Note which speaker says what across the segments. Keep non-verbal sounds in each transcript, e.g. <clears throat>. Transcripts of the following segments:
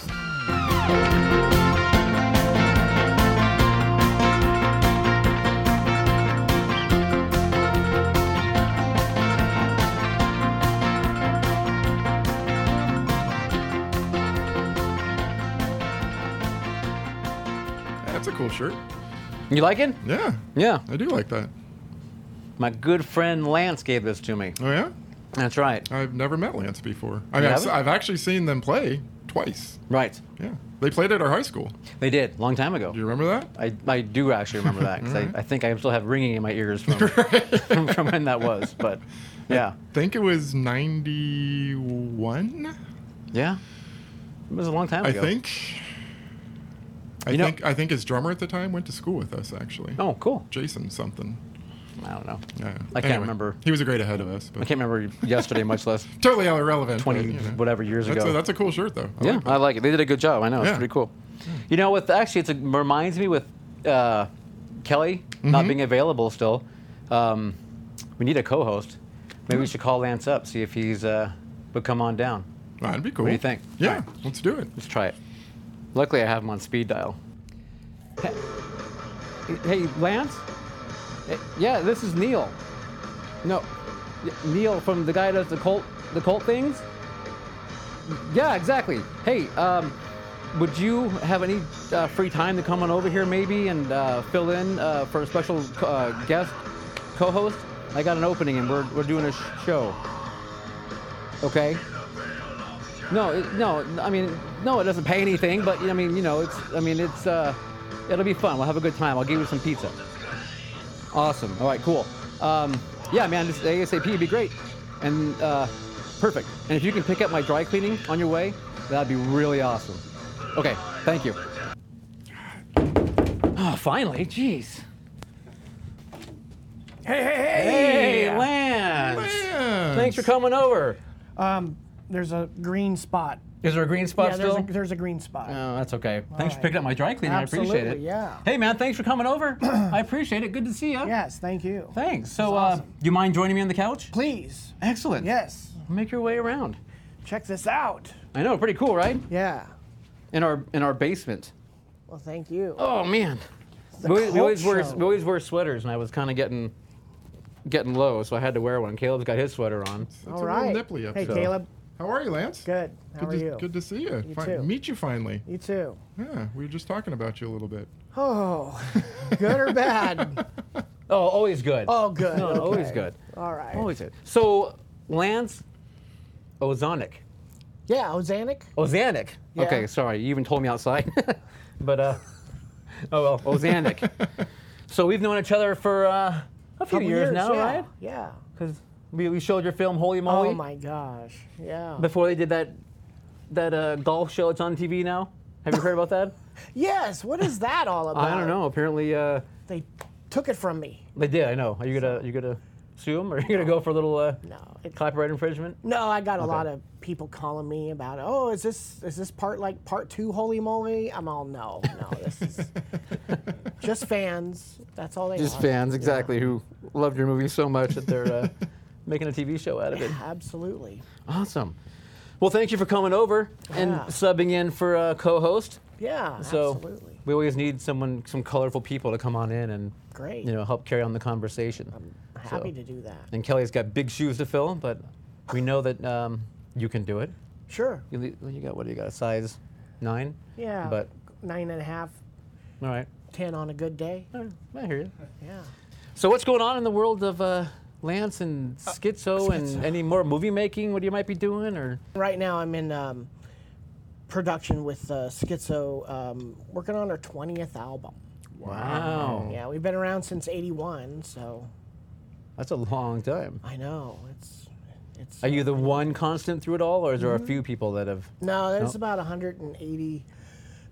Speaker 1: That's a cool shirt.
Speaker 2: You like it?
Speaker 1: Yeah,
Speaker 2: Yeah.
Speaker 1: I do like that.
Speaker 2: My good friend Lance gave this to me.
Speaker 1: Oh yeah,
Speaker 2: That's right.
Speaker 1: I've never met Lance before. I mean, I've,
Speaker 2: haven't?
Speaker 1: I've actually seen them play twice.
Speaker 2: Right.
Speaker 1: Yeah, they played at our high school.
Speaker 2: They did, long time ago.
Speaker 1: Do you remember that?
Speaker 2: I, I do actually remember that 'cause
Speaker 1: Mm-hmm.
Speaker 2: I, I think I still have ringing in my
Speaker 1: <laughs>
Speaker 2: ears from, from when that was. But yeah.
Speaker 1: think it was ninety one.
Speaker 2: Yeah. It was a long time
Speaker 1: I
Speaker 2: ago.
Speaker 1: think. I
Speaker 2: You know-
Speaker 1: think I think his drummer at the time went to school with us actually.
Speaker 2: Oh, cool.
Speaker 1: Jason something.
Speaker 2: I don't know.
Speaker 1: Yeah.
Speaker 2: I can't remember.
Speaker 1: He was a grade ahead of us, but
Speaker 2: I can't remember yesterday, much
Speaker 1: <laughs>
Speaker 2: less
Speaker 1: totally irrelevant.
Speaker 2: 20
Speaker 1: but, you know.
Speaker 2: whatever years
Speaker 1: That's
Speaker 2: ago.
Speaker 1: a, that's a cool shirt though. I
Speaker 2: yeah,
Speaker 1: like that.
Speaker 2: I like it. They did a good job. I know. It's
Speaker 1: Yeah.
Speaker 2: pretty cool. You know, with actually, it's a, reminds me with uh, Kelly
Speaker 1: Mm-hmm.
Speaker 2: not being available still. Um, we need a co host. Maybe we should call Lance up, see if he's uh, would come on down.
Speaker 1: That'd be cool.
Speaker 2: you think?
Speaker 1: Yeah,
Speaker 2: Alright.
Speaker 1: let's do it.
Speaker 2: Let's try it. Luckily, I have him on speed dial. Hey, hey, Lance? Eh, Yeah, this is Neil. No, y- Neil from the guy that does the cult, the cult things. Yeah, exactly. Hey, um, would you have any uh, free time to come on over here maybe and uh, fill in uh, for a special uh, guest co-host? I got an opening and we're, we're doing a sh- show. Okay. No, it, no. I mean, no. It doesn't pay anything, but I mean, you know, it's. I mean, it's. Uh, it'll be fun. We'll have a good time. I'll give you some pizza. Awesome. All right. Cool. Um, yeah, man. Just ASAP would be great, and uh, perfect. And if you can pick up my dry cleaning on your way, that'd be really awesome. Okay. Thank you. Oh, finally. Jeez.
Speaker 3: Hey, hey, hey!
Speaker 2: Hey, Lance.
Speaker 1: Yeah.
Speaker 2: Thanks for coming over.
Speaker 3: Um, there's a green spot.
Speaker 2: Is there a green spot
Speaker 3: yeah,
Speaker 2: still?
Speaker 3: there's a, there's a green spot.
Speaker 2: Oh, that's okay. thanks for
Speaker 3: right.
Speaker 2: picking up my dry cleaning. I appreciate it.
Speaker 3: Absolutely, yeah.
Speaker 2: Hey, man, thanks for coming
Speaker 3: <clears throat>
Speaker 2: over. I appreciate it. Good to see you.
Speaker 3: yes, thank you.
Speaker 2: Thanks. So,
Speaker 3: That's
Speaker 2: uh,
Speaker 3: awesome.
Speaker 2: you mind joining me on the couch?
Speaker 3: Please,
Speaker 2: Excellent.
Speaker 3: yes,
Speaker 2: Make your way around.
Speaker 3: check this out.
Speaker 2: I know, pretty cool, right?
Speaker 3: Yeah.
Speaker 2: In our in our basement.
Speaker 3: Well, thank you.
Speaker 2: Oh man.
Speaker 3: It's a
Speaker 2: We, always- we
Speaker 3: cult
Speaker 2: always wear
Speaker 3: show.
Speaker 2: we always wear sweaters, and I was kind of getting getting low, so I had to wear one. Caleb's got his sweater on.
Speaker 1: That's
Speaker 3: All
Speaker 1: a
Speaker 3: right.
Speaker 1: real nipply
Speaker 3: hey,
Speaker 1: episode.
Speaker 3: Caleb.
Speaker 1: How are you, Lance?
Speaker 3: Good. How
Speaker 1: Good
Speaker 3: are
Speaker 1: to,
Speaker 3: you?
Speaker 1: Good to see you.
Speaker 3: You
Speaker 1: Fin-
Speaker 3: too.
Speaker 1: Meet you finally. <laughs>
Speaker 3: You too.
Speaker 1: Yeah, we were just talking about you a little bit.
Speaker 3: Oh, good or
Speaker 1: <laughs>
Speaker 3: bad?
Speaker 2: Oh, always good.
Speaker 3: Oh, good.
Speaker 2: No, no, always
Speaker 3: okay.
Speaker 2: good.
Speaker 3: All right.
Speaker 2: Always good. So, Lance Ozonic.
Speaker 3: Yeah, Ozanic.
Speaker 2: Ozanic.
Speaker 3: Yeah.
Speaker 2: Okay, sorry, you even told me outside. <laughs> but uh, oh well, <laughs> Ozanic. so we've known each other for uh, a few
Speaker 3: Couple
Speaker 2: years, now,
Speaker 3: yeah,
Speaker 2: right?
Speaker 3: Yeah.
Speaker 2: Because we, we showed your film Holy Moly
Speaker 3: Oh my gosh. Yeah.
Speaker 2: before they did that that uh, golf show. It's on TV now. Have you heard about that?
Speaker 3: yes. What is that all about?
Speaker 2: <laughs> I don't know. Apparently, uh,
Speaker 3: They took it from me.
Speaker 2: they did. I know. Are you gonna you gonna sue them? Or <laughs> are you gonna go for a little uh,
Speaker 3: No, it-
Speaker 2: copyright infringement?
Speaker 3: No, I got a lot of people calling me about, oh, is this is this part like part two? Holy moly! I'm all no, no. This is
Speaker 2: <laughs>
Speaker 3: just fans. That's all they are.
Speaker 2: exactly, who loved your movie so much that they're <laughs> uh, making a TV show out of it.
Speaker 3: Absolutely.
Speaker 2: Awesome. Well, thank you for coming over and
Speaker 3: Yeah.
Speaker 2: subbing in for uh, co-host.
Speaker 3: Yeah.
Speaker 2: So
Speaker 3: absolutely.
Speaker 2: we always need someone, some colorful people to come on in and
Speaker 3: Great.
Speaker 2: you know, help carry on the conversation. So-
Speaker 3: Happy to do that.
Speaker 2: And Kelly's got big shoes to fill, but we know that um, you can do it.
Speaker 3: Sure.
Speaker 2: You, le- you got what? do You got a size nine?
Speaker 3: Yeah.
Speaker 2: But
Speaker 3: nine and a half,
Speaker 2: all right,
Speaker 3: ten on a good day.
Speaker 2: All right, I hear you.
Speaker 3: Yeah.
Speaker 2: So what's going on in the world of uh, Lance and Uh, Schizo, and any more movie making? What you might be doing, or
Speaker 3: Right now, I'm in um, production with uh, Schizo, um, working on our twentieth album.
Speaker 2: wow,
Speaker 3: Yeah, we've been around since '81, so
Speaker 2: that's a long time.
Speaker 3: I know it's it's.
Speaker 2: Are you the one constant through it all, or is there a few people that have? <laughs>
Speaker 3: No, there's about 180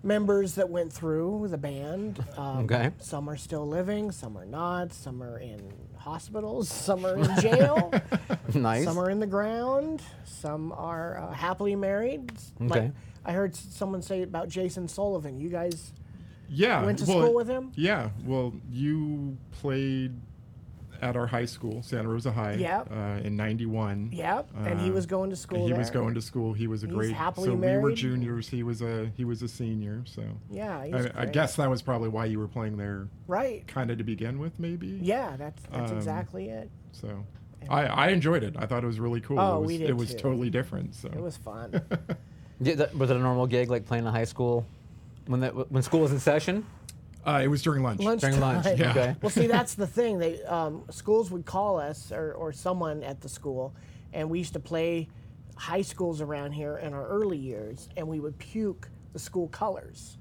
Speaker 3: members that went through the band. Um,
Speaker 2: Okay.
Speaker 3: Some are still living, some are not, some are in hospitals. Some are in jail.
Speaker 2: <laughs> nice.
Speaker 3: Some are in the ground. Some are uh, happily married.
Speaker 2: Okay.
Speaker 3: Like, I heard s- someone say about Jason Sullivan. You guys,
Speaker 1: Yeah.
Speaker 3: Went to
Speaker 1: well,
Speaker 3: school with him?
Speaker 1: Yeah. Well, you played at our high school, Santa Rosa High.
Speaker 3: Yep.
Speaker 1: Uh, in '91.
Speaker 3: yeah. and he
Speaker 1: Uh,
Speaker 3: was going to school.
Speaker 1: He
Speaker 3: there.
Speaker 1: was going to school. He was a
Speaker 3: He's
Speaker 1: great.
Speaker 3: happily
Speaker 1: so we were
Speaker 3: married.
Speaker 1: juniors. He was a he was a senior. So.
Speaker 3: Yeah, he's
Speaker 1: I, I
Speaker 3: great.
Speaker 1: guess that was probably why you were playing there,
Speaker 3: Right.
Speaker 1: kind of to begin with, maybe.
Speaker 3: Yeah, that's that's
Speaker 1: Um,
Speaker 3: exactly it.
Speaker 1: So. I, I enjoyed it. I thought it was really cool.
Speaker 3: Oh,
Speaker 1: it was,
Speaker 3: we did
Speaker 1: it was
Speaker 3: too.
Speaker 1: totally different. So
Speaker 3: It was fun.
Speaker 2: Did that- was it a normal gig like playing in high school when that when school was in session?
Speaker 1: uh, it was during lunch.
Speaker 2: During lunch,
Speaker 3: Lunchtime.
Speaker 2: Yeah. okay.
Speaker 3: Well, see, that's the thing. They um, schools would call us or, or someone at the school, and we used to play high schools around here in our early years, and we would puke the school colors.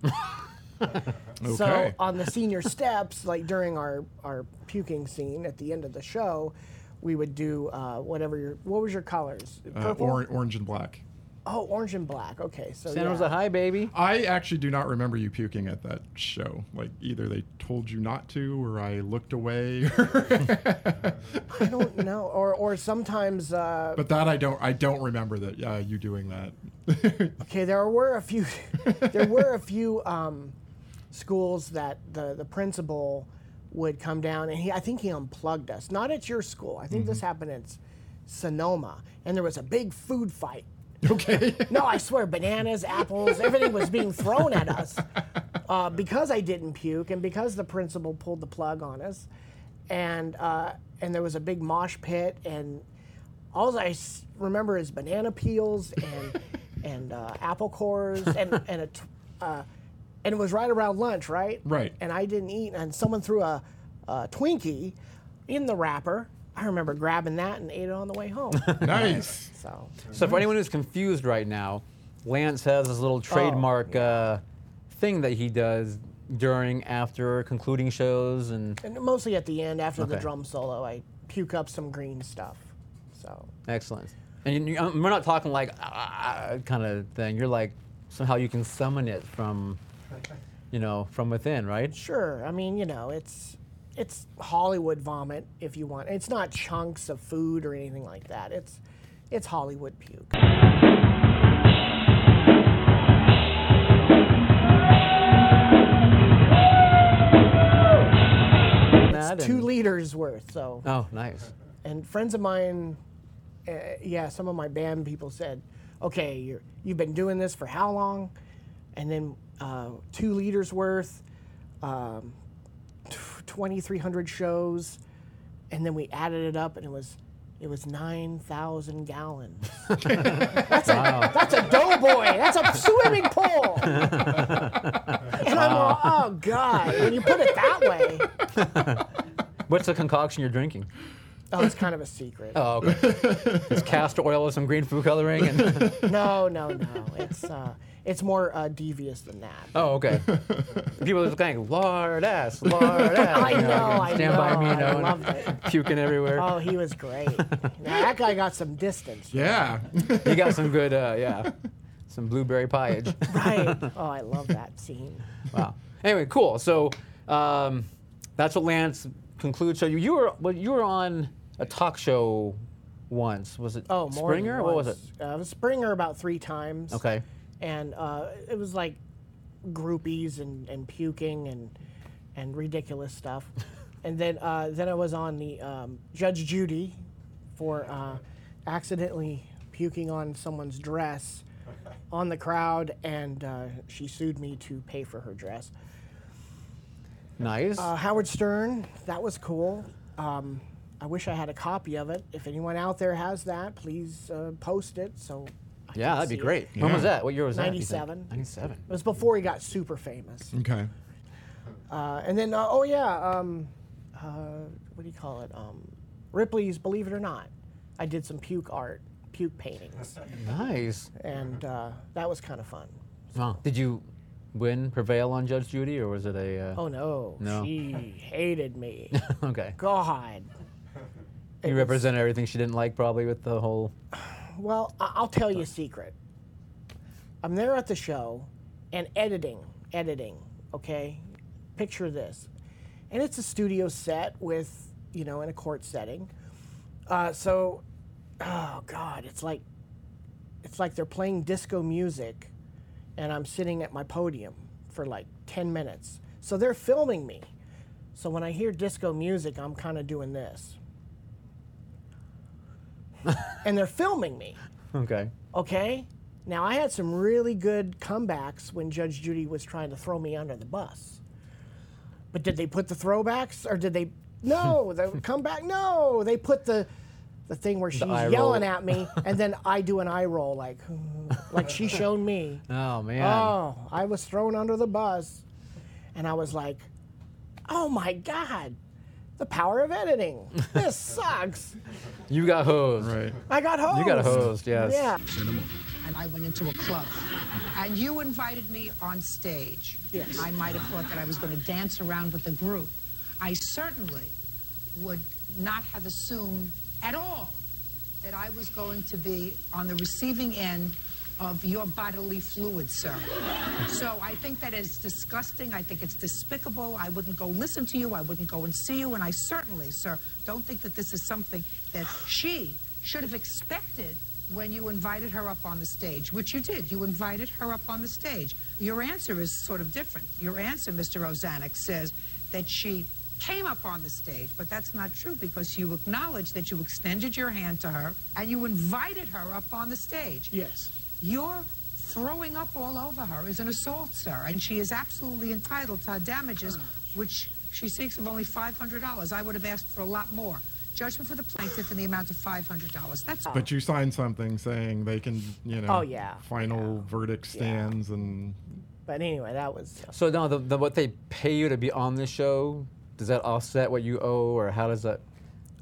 Speaker 3: So
Speaker 1: Okay. Uh,
Speaker 3: on the senior steps, like during our our puking scene at the end of the show. We would do uh, whatever your what was your colors?
Speaker 1: uh,
Speaker 3: Purple.
Speaker 1: or, orange and black.
Speaker 3: oh, orange and black. Okay, so
Speaker 2: Santa
Speaker 3: <laughs> yeah.
Speaker 2: Rosa High, baby.
Speaker 1: I actually do not remember you puking at that show. Like either they told you not to, or I looked away. <laughs>
Speaker 3: I don't know. Or or sometimes uh,
Speaker 1: but that I don't. I don't remember that uh, you doing
Speaker 3: <laughs>
Speaker 1: that.
Speaker 3: Okay, there were a few. <laughs> there were a few um, schools that the the principal would come down, and he I think he unplugged us. Not at your school. I think this happened at S- Sonoma, and there was a big food fight.
Speaker 1: okay.
Speaker 3: <laughs> No, I swear, bananas, apples, everything was being thrown at us uh, because I didn't puke and because the principal pulled the plug on us, and uh, and there was a big mosh pit and all I s- remember is banana peels and and uh, apple cores and and a t- uh, and it was right around lunch, right?
Speaker 1: Right.
Speaker 3: And I didn't eat, and someone threw a, a Twinkie in the wrapper. I remember grabbing that and ate it on the way home.
Speaker 1: Nice.
Speaker 3: so.
Speaker 2: So for anyone who's confused right now, Lance has his little trademark uh, thing that he does during, after, concluding shows, and
Speaker 3: And mostly at the end, after the
Speaker 2: Okay.
Speaker 3: drum solo, I puke up some green stuff. So
Speaker 2: excellent. And you, you- um, we're not talking like ah, kind of thing. You're like somehow you can summon it from, you know, from within, right?
Speaker 3: sure, I mean, you know, it's it's Hollywood vomit if you want. It's not chunks of food or anything like that. It's it's Hollywood puke.
Speaker 2: That
Speaker 3: Two
Speaker 2: and-
Speaker 3: liters worth. So
Speaker 2: Oh, nice.
Speaker 3: and friends of mine, uh, yeah, some of my band people said, "Okay, you're, you've been doing this for how long?" And then uh, two liters worth, um, twenty three hundred shows, and then we added it up, and it was it was nine thousand gallons. that's, a, that's a doughboy. That's a swimming pool. and I'm all, oh god, when you put it that way,
Speaker 2: What's the concoction you're drinking?
Speaker 3: oh, it's kind of a secret.
Speaker 2: Oh, okay. it's castor oil with some green food coloring, and <laughs>
Speaker 3: No, no, no. It's uh, it's more uh, devious than that.
Speaker 2: oh, okay. People are just going lard ass, lard ass.
Speaker 3: <laughs> I
Speaker 2: you
Speaker 3: know, I
Speaker 2: stand by
Speaker 3: know,
Speaker 2: me, you
Speaker 3: I
Speaker 2: know, and
Speaker 3: loved it.
Speaker 2: puking everywhere.
Speaker 3: Oh, he was great. Now, that guy got some distance.
Speaker 1: Yeah. <laughs>
Speaker 2: You got some good, uh, yeah, some blueberry
Speaker 3: <laughs>
Speaker 2: pieage.
Speaker 3: Right. Oh, I love that scene.
Speaker 2: wow. Anyway, cool. So um, that's what Lance concludes. So you, you were well, you were on a talk show once. Was it
Speaker 3: Oh, more than
Speaker 2: Springer? What was it?
Speaker 3: once. Uh, it was Springer about three times.
Speaker 2: Okay.
Speaker 3: And uh, it was like groupies and, and puking and and ridiculous
Speaker 2: <laughs>
Speaker 3: stuff. And then uh, then I was on the um, Judge Judy for uh, accidentally puking on
Speaker 2: <laughs>
Speaker 3: someone's dress on the crowd, and uh, she sued me to pay for her dress.
Speaker 2: Nice.
Speaker 3: Uh, Howard Stern, that was cool. Um, I wish I had a copy of it. If anyone out there has that, please uh, post it. So
Speaker 2: yeah,
Speaker 3: I can
Speaker 2: that'd
Speaker 3: see
Speaker 2: be
Speaker 3: it.
Speaker 2: great. When was
Speaker 1: Yeah.
Speaker 2: that? What year was that? do you think?
Speaker 3: 97.
Speaker 2: Ninety-seven.
Speaker 3: It was before he got super famous.
Speaker 1: okay.
Speaker 3: Uh, and then, uh, oh yeah, um, uh, what do you call it? Um, Ripley's Believe It or Not. I did some puke art, puke paintings,
Speaker 2: Nice.
Speaker 3: and uh, that was kind of fun.
Speaker 2: Wow. Did you win, prevail on Judge Judy, or was it a? Uh,
Speaker 3: Oh no,
Speaker 2: No.
Speaker 3: she hated me.
Speaker 2: <laughs> okay.
Speaker 3: God.
Speaker 2: You represent everything she didn't like, probably with the whole. <laughs>
Speaker 3: Well, I- I'll tell you a secret. I'm there at the show and editing, editing, okay? Picture this. And it's a studio set with you know, in a court setting. Uh, so, oh God, it's like, it's like they're playing disco music, and I'm sitting at my podium for like ten minutes. So they're filming me. So when I hear disco music, I'm kind of doing this, and they're filming me.
Speaker 2: Okay.
Speaker 3: Okay. Now I had some really good comebacks when Judge Judy was trying to throw me under the bus. But did they put the throwbacks or did they
Speaker 2: <laughs>
Speaker 3: No, the comeback no. They put the the thing where she's
Speaker 2: eye
Speaker 3: yelling
Speaker 2: roll.
Speaker 3: at me and then I do an eye roll
Speaker 2: <laughs>
Speaker 3: like like she showed me.
Speaker 2: Oh man.
Speaker 3: Oh, I was thrown under the bus and I was like, "Oh my god. The power of editing.
Speaker 2: <laughs>
Speaker 3: This sucks."
Speaker 2: You got hosed.
Speaker 1: Right.
Speaker 3: I got hosed.
Speaker 2: You got hosed, yes.
Speaker 3: Oh. Yeah.
Speaker 4: and I went into a club. And you invited me on stage.
Speaker 3: Yes.
Speaker 4: I might have thought that I was going to dance around with the group. I certainly would not have assumed at all that I was going to be on the receiving end of your bodily fluid, sir. So I think that is disgusting. I think it's despicable. I wouldn't go listen to you. I wouldn't go and see you. And I certainly, sir, don't think that this is something that she should have expected when you invited her up on the stage, which you did. You invited her up on the stage. Your answer is sort of different. Your answer, Mr. Ozanek, says that she came up on the stage, but that's not true because you acknowledged that you extended your hand to her and you invited her up on the stage.
Speaker 3: Yes.
Speaker 4: Your throwing up all over her is an assault, sir, and she is absolutely entitled to damages, which she seeks of only $500. I would have asked for a lot more. Judgment for the plaintiff in the amount of $500. That's
Speaker 1: But you signed something saying they can, you know,
Speaker 3: Oh, yeah.
Speaker 1: final verdict stands
Speaker 3: <laughs>
Speaker 1: and
Speaker 3: But anyway, that was
Speaker 2: So now the, the what they pay you to be on this show, does that offset what you owe or how does that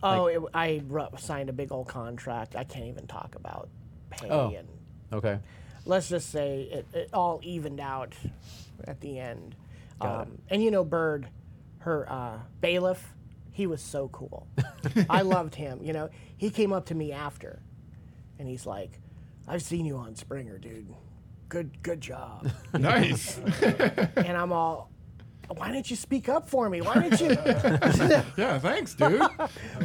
Speaker 3: Oh, it, I ru- signed a big old contract. I can't even talk about pay
Speaker 2: Oh.
Speaker 3: and
Speaker 2: Okay.
Speaker 3: let's just say it, it all evened out at the end. Um, and you know, Bird, her uh, bailiff, he was
Speaker 2: <laughs>
Speaker 3: so cool. I loved him. You know, he came up to me after, and he's like, "I've seen you on Springer, dude. Good,
Speaker 2: <laughs>
Speaker 3: good job."
Speaker 1: nice. <laughs>
Speaker 3: and I'm all, "Why didn't you speak up for me? Why
Speaker 2: <laughs>
Speaker 3: didn't you?"
Speaker 1: yeah, thanks,
Speaker 3: <laughs>
Speaker 1: dude.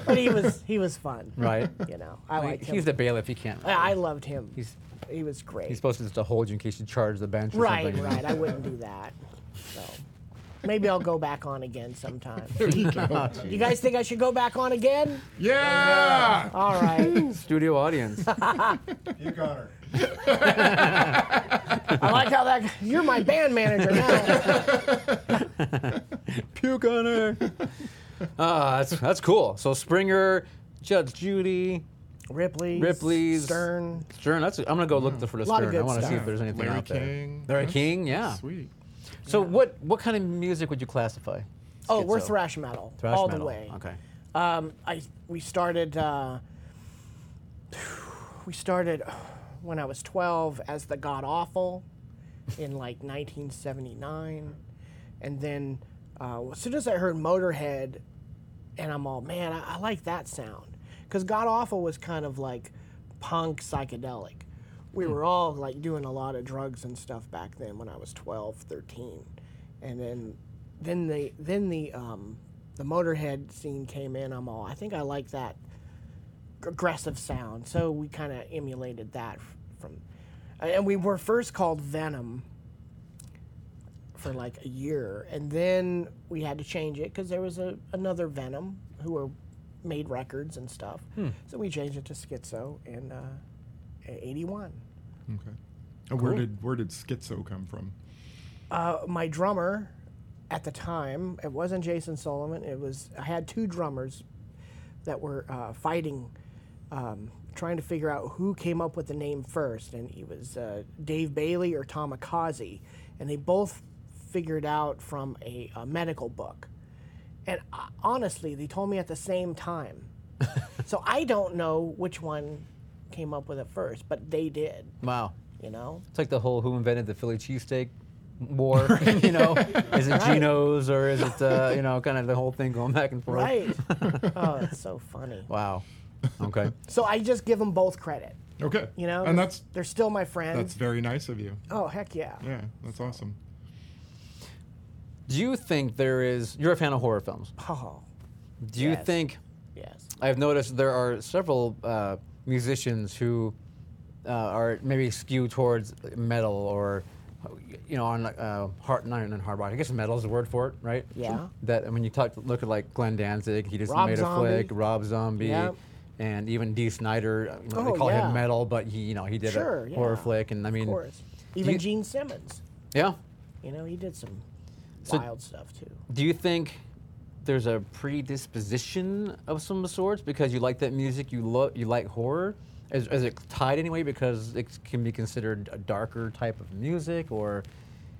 Speaker 3: but he was he was fun.
Speaker 2: Right.
Speaker 3: You know, Oh, I Ah.
Speaker 2: I mean,
Speaker 3: liked him.
Speaker 2: he's the bailiff, he can't.
Speaker 3: I I loved him.
Speaker 2: He's-
Speaker 3: he was great.
Speaker 2: He's supposed to just to hold you in case you charge the bench or
Speaker 3: right,
Speaker 2: something.
Speaker 3: right. I wouldn't do that. So maybe I'll go back on again
Speaker 2: <laughs>
Speaker 3: sometime. you guys think I should go back on again?
Speaker 1: Yeah.
Speaker 3: All
Speaker 2: <laughs>
Speaker 3: right.
Speaker 2: Studio
Speaker 3: <laughs>
Speaker 2: audience.
Speaker 5: You got
Speaker 1: <laughs>
Speaker 5: her.
Speaker 3: I like how that. You're my band manager
Speaker 2: <laughs>
Speaker 3: now.
Speaker 2: Puke on her. <laughs> Ah, that's that's cool. So Springer, Judge Judy,
Speaker 3: Ripley's.
Speaker 2: Ripley's
Speaker 3: Stern.
Speaker 2: Stern. That's I'm gonna go look for the
Speaker 3: Mm. Lot
Speaker 2: Stern.
Speaker 3: of
Speaker 2: I
Speaker 3: good
Speaker 2: want to see
Speaker 3: stuff. Mm-hmm.
Speaker 2: if there's anything
Speaker 1: Larry
Speaker 2: out there.
Speaker 1: King.
Speaker 2: Larry
Speaker 1: That's
Speaker 2: King, yeah.
Speaker 1: Sweet.
Speaker 2: So what what kind of music would you classify?
Speaker 3: Oh, we're
Speaker 2: Schizo.
Speaker 3: thrash metal
Speaker 2: Thrash
Speaker 3: all the
Speaker 2: metal.
Speaker 3: way.
Speaker 2: Okay.
Speaker 3: Um, I we started uh, we started uh, when I was 12 as the God Awful in like 1979, and then uh, as soon as I heard Motorhead, and I'm all man, I, I like that sound because God Awful was kind of like punk psychedelic. We were all like doing a lot of drugs and stuff back then when I was 12, 13, and then then the then the um, the Motorhead scene came in. I'm all I think I like that aggressive sound. So we kind of emulated that f- from, and we were first called Venom for like a year, and then we had to change it because there was a, another Venom who were made records and stuff. So we changed it to Schizo in uh, '81.
Speaker 1: Okay. Uh, Where did where did schizo come from?
Speaker 3: my drummer at the time it wasn't jason solomon it was i had two drummers that were uh, fighting um, trying to figure out who came up with the name first and it was uh, dave bailey or tom akazi and they both figured out from a, a medical book and uh, honestly they told me at the same time so i don't know which one came up with it first but they did
Speaker 2: Wow.
Speaker 3: you know
Speaker 2: It's like the whole who invented the Philly cheesesteak
Speaker 3: <laughs>
Speaker 2: war, you know? Is it Geno's or is it, uh, you know, kind of the whole thing going back and forth?
Speaker 3: right oh it's so funny <laughs>
Speaker 2: Wow. Okay.
Speaker 3: So I just give them both credit.
Speaker 1: Okay.
Speaker 3: You know,
Speaker 1: And that's
Speaker 3: they're still my friends.
Speaker 1: that's very nice of you.
Speaker 3: oh heck yeah.
Speaker 1: Yeah, that's awesome.
Speaker 2: Do you think there is, you're a fan of horror films.
Speaker 3: <laughs> Oh,
Speaker 2: Do you
Speaker 3: Yes.
Speaker 2: think
Speaker 3: Yes.
Speaker 2: I've noticed there are several uh, musicians who uh, are maybe skewed towards metal or you know on uh, hard not even hard rock. I guess metal is the word for it, right?
Speaker 3: Yeah.
Speaker 2: That I mean, you talk look at like Glenn Danzig. He just
Speaker 3: Rob
Speaker 2: made a
Speaker 3: Zombie.
Speaker 2: flick. Rob Zombie.
Speaker 3: Yep.
Speaker 2: And even Dee Snyder, you know,
Speaker 3: Oh,
Speaker 2: they call
Speaker 3: yeah.
Speaker 2: him metal, but he, you know, he did
Speaker 3: Sure,
Speaker 2: a
Speaker 3: yeah.
Speaker 2: horror flick, and I mean,
Speaker 3: Of course. Even
Speaker 2: you-
Speaker 3: Gene Simmons.
Speaker 2: yeah.
Speaker 3: You know, he did some
Speaker 2: So-
Speaker 3: wild stuff too.
Speaker 2: Do you think there's a predisposition of some sorts because you like that music, you love, you like horror? Is, is it tied anyway because it can be considered a darker type of music, or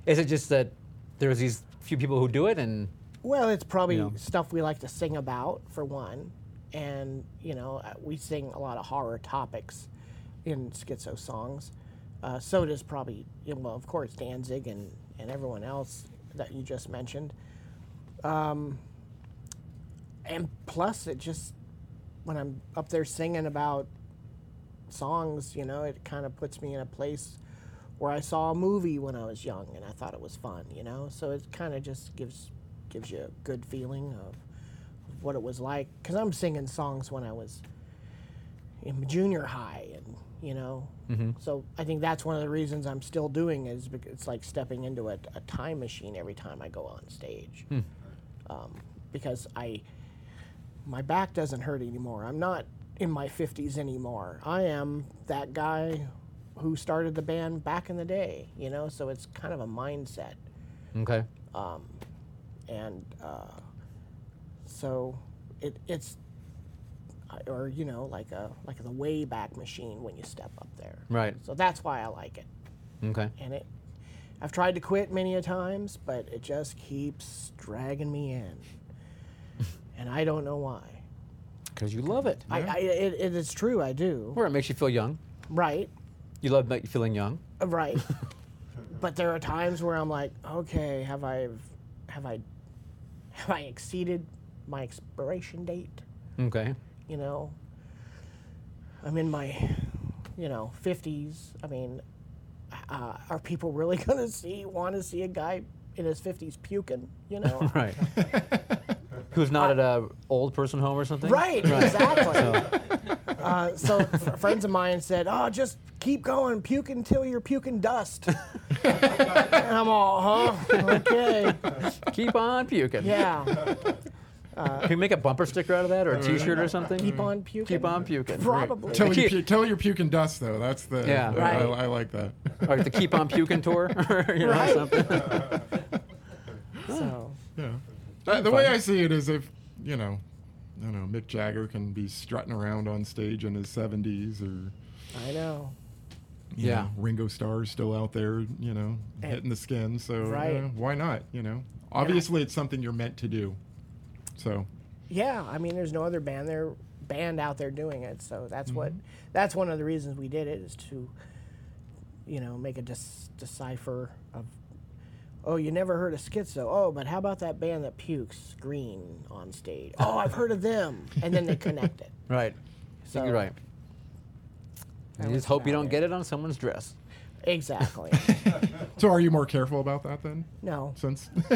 Speaker 2: is it just that there's these few people who do it and
Speaker 3: Well, it's probably
Speaker 2: Yeah.
Speaker 3: stuff we like to sing about for one, and you know uh, we sing a lot of horror topics in schizo songs. Uh, so does probably you know, well, of course Danzig and and everyone else that you just mentioned. Um, and plus, it just when I'm up there singing about songs, you know, it kind of puts me in a place where I saw a movie when I was young and I thought it was fun, you know. So it kind of just gives gives you a good feeling of what it was like cuz I'm singing songs when I was in junior high and you know. So I think that's one of the reasons I'm still doing is because it's like stepping into a, a time machine every time I go on stage. Um, because I my back doesn't hurt anymore. I'm not in my 50s anymore. I am that guy who started the band back in the day, you know? So it's kind of a mindset.
Speaker 2: okay?
Speaker 3: And uh, so it, it's, I- or, you know, like a, like the way back machine when you step up there.
Speaker 2: Right.
Speaker 3: So that's why I like it.
Speaker 2: Okay.
Speaker 3: And it, I've tried to quit many a times, but it just keeps dragging me in. and I don't know why.
Speaker 2: Because you love it.
Speaker 3: I, I it, it is true. I do.
Speaker 2: Or it makes you feel young.
Speaker 3: Right.
Speaker 2: You love make you feeling young.
Speaker 3: Right. but there are times where I'm like, okay, have I, have I, have I exceeded my expiration date?
Speaker 2: Okay. <laughs>
Speaker 3: You know. I'm in my, you know, fifties. I mean, uh, are people really <laughs> gonna see want to see a guy in his fifties puking? You know.
Speaker 2: Right. Who's not at a old person home or something?
Speaker 3: Right, exactly. Uh, so f- friends of mine said, "Oh, just keep going, puke until you're puking dust." <laughs> and I'm all, "Huh? Okay,
Speaker 2: Keep on puking.
Speaker 3: yeah,
Speaker 2: Can we make a bumper sticker out of that or a T-shirt or something?
Speaker 3: keep on puking."
Speaker 2: Keep on puking.
Speaker 3: Probably.
Speaker 1: Tell
Speaker 2: <laughs>
Speaker 1: you,
Speaker 2: Keep-
Speaker 1: pu- tell your puking dust though. That's the
Speaker 2: Yeah.
Speaker 1: I-
Speaker 3: Right.
Speaker 1: I, I like
Speaker 3: <laughs>
Speaker 1: that.
Speaker 2: or the Keep On Puking tour, <laughs> you know,
Speaker 3: Right. <laughs>
Speaker 2: something.
Speaker 3: So,
Speaker 1: Yeah. Uh, the way I see it is if, you know, I don't know, Mick Jagger can be strutting around on stage in his 70s or,
Speaker 3: I know.
Speaker 1: you
Speaker 2: Yeah.
Speaker 1: know, Ringo Starr's still out there, you know, hitting the skin. So
Speaker 3: Eh. Right.
Speaker 1: uh, why not, you know? Obviously, it's something you're meant to do. So,
Speaker 3: Yeah, I mean, there's no other band there band out there doing it, so that's
Speaker 1: Mm-hmm.
Speaker 3: what that's one of the reasons we did it is to, you know, make a dis- decipher of. Oh, you never heard of Schizo? Oh, but how about that band that pukes green on stage? Oh, I've heard of them, and then they connect
Speaker 1: <laughs>
Speaker 3: it.
Speaker 2: Right.
Speaker 3: So-
Speaker 2: You're right.
Speaker 3: That
Speaker 2: you
Speaker 3: was
Speaker 2: just hope you
Speaker 3: about
Speaker 2: don't get it on someone's dress.
Speaker 3: Exactly. <laughs>
Speaker 1: so are you more careful about that then?
Speaker 3: No,
Speaker 1: Since,
Speaker 3: <laughs>
Speaker 1: <laughs>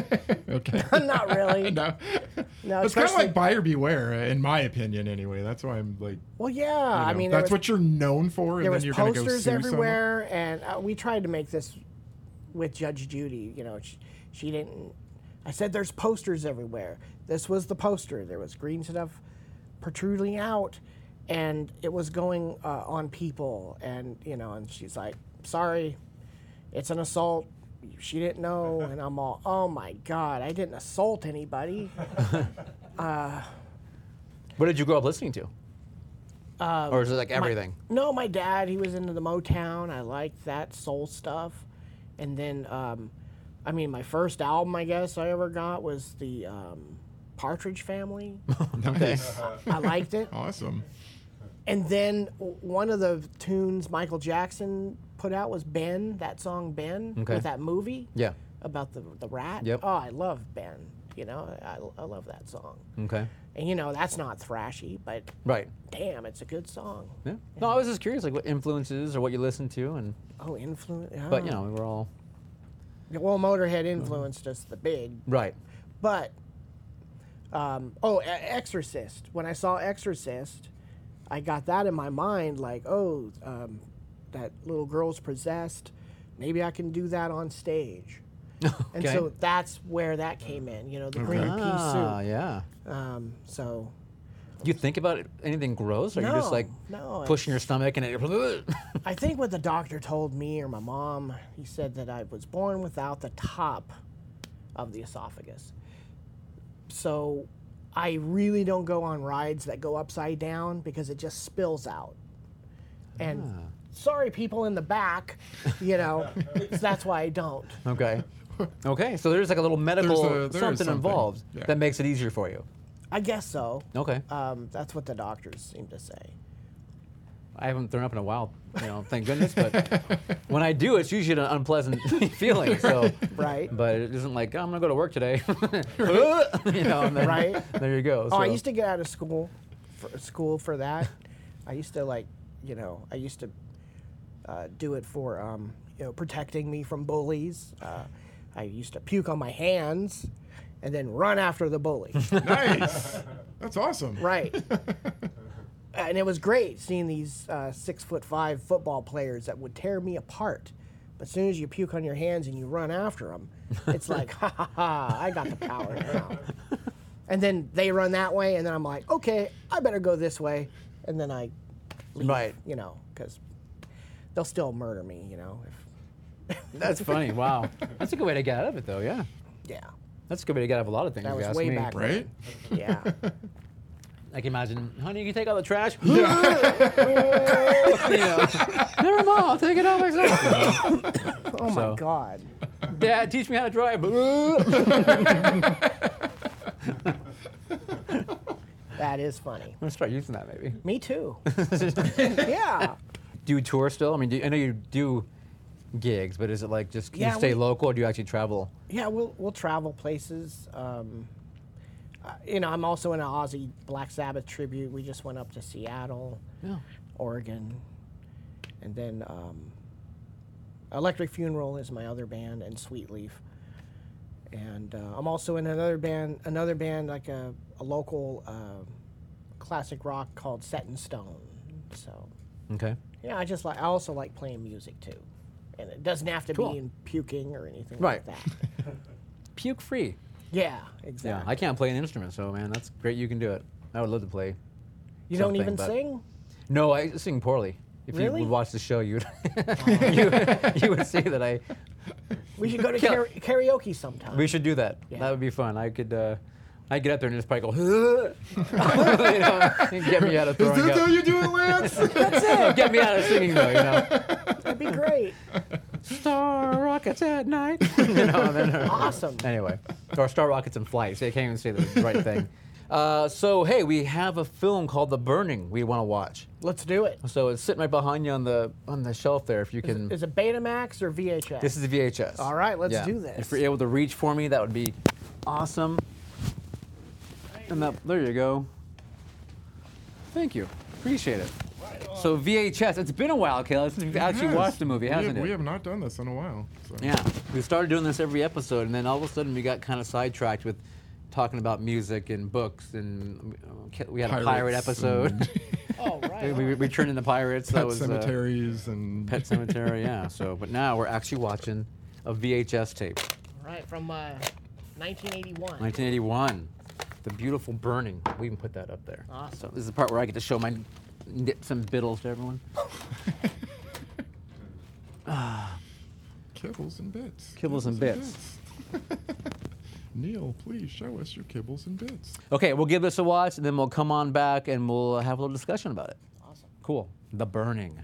Speaker 1: okay.
Speaker 3: not
Speaker 1: <laughs>
Speaker 3: really.
Speaker 1: no.
Speaker 3: No,
Speaker 1: it's kind of
Speaker 3: especially-
Speaker 1: like buyer beware, uh, in my opinion, anyway. That's why I'm like,
Speaker 3: Well, yeah,
Speaker 1: you
Speaker 3: I
Speaker 1: know,
Speaker 3: mean, there
Speaker 1: that's
Speaker 3: was-
Speaker 1: what you're known for, and
Speaker 3: there
Speaker 1: then
Speaker 3: was
Speaker 1: you're going to go sue
Speaker 3: posters
Speaker 1: someone?
Speaker 3: everywhere, and uh, we tried to make this with Judge Judy. You know, she, she didn't. I said there's posters everywhere. This was the poster. There was green stuff protruding out, and it was going uh, on people, and you know, and she's like, "Sorry, it's an assault." She
Speaker 1: <laughs>
Speaker 3: didn't know, and I'm all, "Oh my God, I didn't assault anybody."
Speaker 2: What did you grow up listening to? or is it like everything?
Speaker 3: No, Uh, my dad, he was into the Motown. I liked that soul stuff. And then, um, I mean, my first album, I guess, I ever got was the um,
Speaker 2: <laughs>
Speaker 3: Partridge Family.
Speaker 1: <laughs> Nice.
Speaker 3: I liked it.
Speaker 1: Awesome.
Speaker 3: And then w- one of the tunes Michael Jackson put out was Ben, that song Ben,
Speaker 2: Okay.
Speaker 3: with that movie
Speaker 2: Yeah.
Speaker 3: about the, the rat.
Speaker 2: Yep.
Speaker 3: Oh, I love Ben. You know, I, I love that song.
Speaker 2: Okay.
Speaker 3: And, you know, that's not thrashy, but
Speaker 2: Right.
Speaker 3: damn, it's a good song.
Speaker 2: Yeah. No, I was just curious, like what influences or what you listen to, and
Speaker 3: Oh, influence.
Speaker 2: but you know, we're all Mm-hmm.
Speaker 3: Well, Motorhead influenced us the big,
Speaker 2: right.
Speaker 3: but Um, oh, E- Exorcist. When I saw Exorcist, I got that in my mind like, oh, um, that little girl's possessed. Maybe I can do that on stage. <laughs> And
Speaker 2: Okay.
Speaker 3: so that's where that came in, you know, the green
Speaker 2: ah,
Speaker 3: pea
Speaker 2: yeah.
Speaker 3: suit. Um, so
Speaker 2: Do you think about it- anything gross? Or you just
Speaker 3: No,
Speaker 2: like
Speaker 3: no,
Speaker 2: pushing your stomach and it. <laughs>
Speaker 3: <laughs> I think what the doctor told me or my mom, he said that I was born without the top of the esophagus. So I really don't go on rides that go upside down because it just spills out. And sorry, people in the back, you know, <laughs> so that's why I don't.
Speaker 2: <laughs> okay. Okay. So there's like a little medical
Speaker 1: a- there is
Speaker 2: something,
Speaker 1: something,
Speaker 2: involved
Speaker 1: yeah.
Speaker 2: that makes it easier for you.
Speaker 3: I guess so.
Speaker 2: Okay.
Speaker 3: Um, that's what the doctors seem to say.
Speaker 2: I haven't thrown up in a while, you know, thank goodness. <laughs> But when I do, it's usually an unpleasant <laughs> feeling. <laughs> So,
Speaker 3: Right.
Speaker 2: But it isn't like "Oh, I'm gonna go to work today, <laughs> you know. and then-
Speaker 3: Right.
Speaker 2: <laughs> There you go.
Speaker 3: Oh, I
Speaker 2: so-
Speaker 3: used to get out of school for school for that. <laughs> I used to like, you know, I used to uh, do it for, um, you know, protecting me from bullies. Uh, I used to puke on my hands and then run after the bully.
Speaker 1: nice. That's awesome.
Speaker 3: right.
Speaker 2: <laughs>
Speaker 3: And it was great seeing these uh, six foot five football players that would tear me apart. But as soon as you puke on your hands and you run after them,
Speaker 2: <laughs>
Speaker 3: it's like, ha ha ha, I got the power now. And then they run that way, and then I'm like, okay, I better go this way. And then I leave,
Speaker 2: Right.
Speaker 3: you know, because they'll still murder me, you know. If, <laughs>
Speaker 2: That's <laughs> funny. Wow. That's a good way to get out of it, though. Yeah.
Speaker 3: yeah,
Speaker 2: That's a good way to get out of a lot of things.
Speaker 3: that
Speaker 2: if you
Speaker 3: was
Speaker 2: ask
Speaker 3: way
Speaker 2: me.
Speaker 3: back. then.
Speaker 1: Right?
Speaker 3: Yeah.
Speaker 2: I can imagine, honey, you can take out the <laughs> trash. you know, <laughs> Never mind, I'll take it out myself. you know. <laughs>
Speaker 3: Oh
Speaker 2: So-
Speaker 3: my God.
Speaker 2: Dad, teach me how to drive. <laughs>
Speaker 3: That is funny.
Speaker 2: I'm gonna start using that maybe. <laughs>
Speaker 3: Me too. yeah.
Speaker 2: Do you tour still? I mean, do, I know you do gigs, but is it like just can
Speaker 3: Yeah,
Speaker 2: you stay
Speaker 3: we-
Speaker 2: local, or do you actually travel?
Speaker 3: Yeah, we'll we'll travel places. Um, uh, you know, I'm also in an Aussie Black Sabbath tribute. We just went up to Seattle,
Speaker 2: No.
Speaker 3: Oregon, and then um, Electric Funeral is my other band, and Sweetleaf. And uh, I'm also in another band, another band like a, a local um classic rock called Set in Stone. So
Speaker 2: Okay.
Speaker 3: yeah, I just like I also like playing music too, and it doesn't have to
Speaker 2: Cool.
Speaker 3: be in puking or anything
Speaker 2: Right.
Speaker 3: like that.
Speaker 2: Puke free.
Speaker 3: Yeah,
Speaker 2: Yeah,
Speaker 3: exactly.
Speaker 2: I can't play an instrument, so man, that's great. You can do it. I would love to play.
Speaker 3: You don't
Speaker 2: something,
Speaker 3: even
Speaker 2: but-
Speaker 3: sing?
Speaker 2: No, I sing poorly. If you
Speaker 3: Really?
Speaker 2: would <laughs> watch the show,
Speaker 3: <laughs>
Speaker 2: you'd you, you would see that I.
Speaker 3: We should
Speaker 2: <laughs>
Speaker 3: go to
Speaker 2: Kill-
Speaker 3: kara- karaoke sometime.
Speaker 2: We should do that. That
Speaker 3: Yeah.
Speaker 2: would be fun. I could. Uh, I'd get up there and just probably go. <laughs> you know, and get me out of
Speaker 1: Is
Speaker 2: throwing
Speaker 1: that how
Speaker 2: up.
Speaker 1: you do it, Lance?
Speaker 2: Get me out of singing though. You know.
Speaker 3: That'd be great.
Speaker 2: Star rockets at night. you know, and then,
Speaker 3: awesome.
Speaker 2: Anyway, or Star Rockets in Flight. See, I can't even say the right thing. Uh, so, hey, we have a film called The Burning we want to watch.
Speaker 3: Let's do it.
Speaker 2: So it's sitting right behind you on the on the shelf there. If you can,
Speaker 3: Is it Betamax or VHS?
Speaker 2: this is the VHS.
Speaker 3: All right, let's do
Speaker 2: If
Speaker 3: this.
Speaker 2: you're able to reach for me, that would be awesome. And that, there you go. Thank you, appreciate it. So VHS. It's been a while, Kayla, since we've <laughs> actually
Speaker 1: Yes.
Speaker 2: watched the movie,
Speaker 1: We have-
Speaker 2: hasn't it?
Speaker 1: We have not done this in a while. So.
Speaker 2: Yeah, we started doing this every episode, and then all of a sudden we got kind of sidetracked with talking about music and books, and uh, we had a pirate
Speaker 1: Pirates
Speaker 2: episode.
Speaker 3: oh,
Speaker 2: we,
Speaker 3: right.
Speaker 2: <laughs> we, we turned into pirates.
Speaker 1: Pet
Speaker 2: that was uh,
Speaker 1: cemeteries and
Speaker 2: Pet Cemetery,
Speaker 1: <laughs>
Speaker 2: yeah. So, but now we're actually watching a VHS tape,
Speaker 3: All right, from uh, 1981.
Speaker 2: 1981, The Beautiful Burning. We can put that up there.
Speaker 3: Awesome.
Speaker 2: So this is the part where I get to show my nips and biddles to everyone.
Speaker 1: kibbles and bits.
Speaker 2: Kibbles and bits.
Speaker 1: <laughs> Neil, please show us your kibbles and bits.
Speaker 2: Okay, we'll give this a watch, and then we'll come on back and we'll have a little discussion about it. Awesome. Cool. The Burning.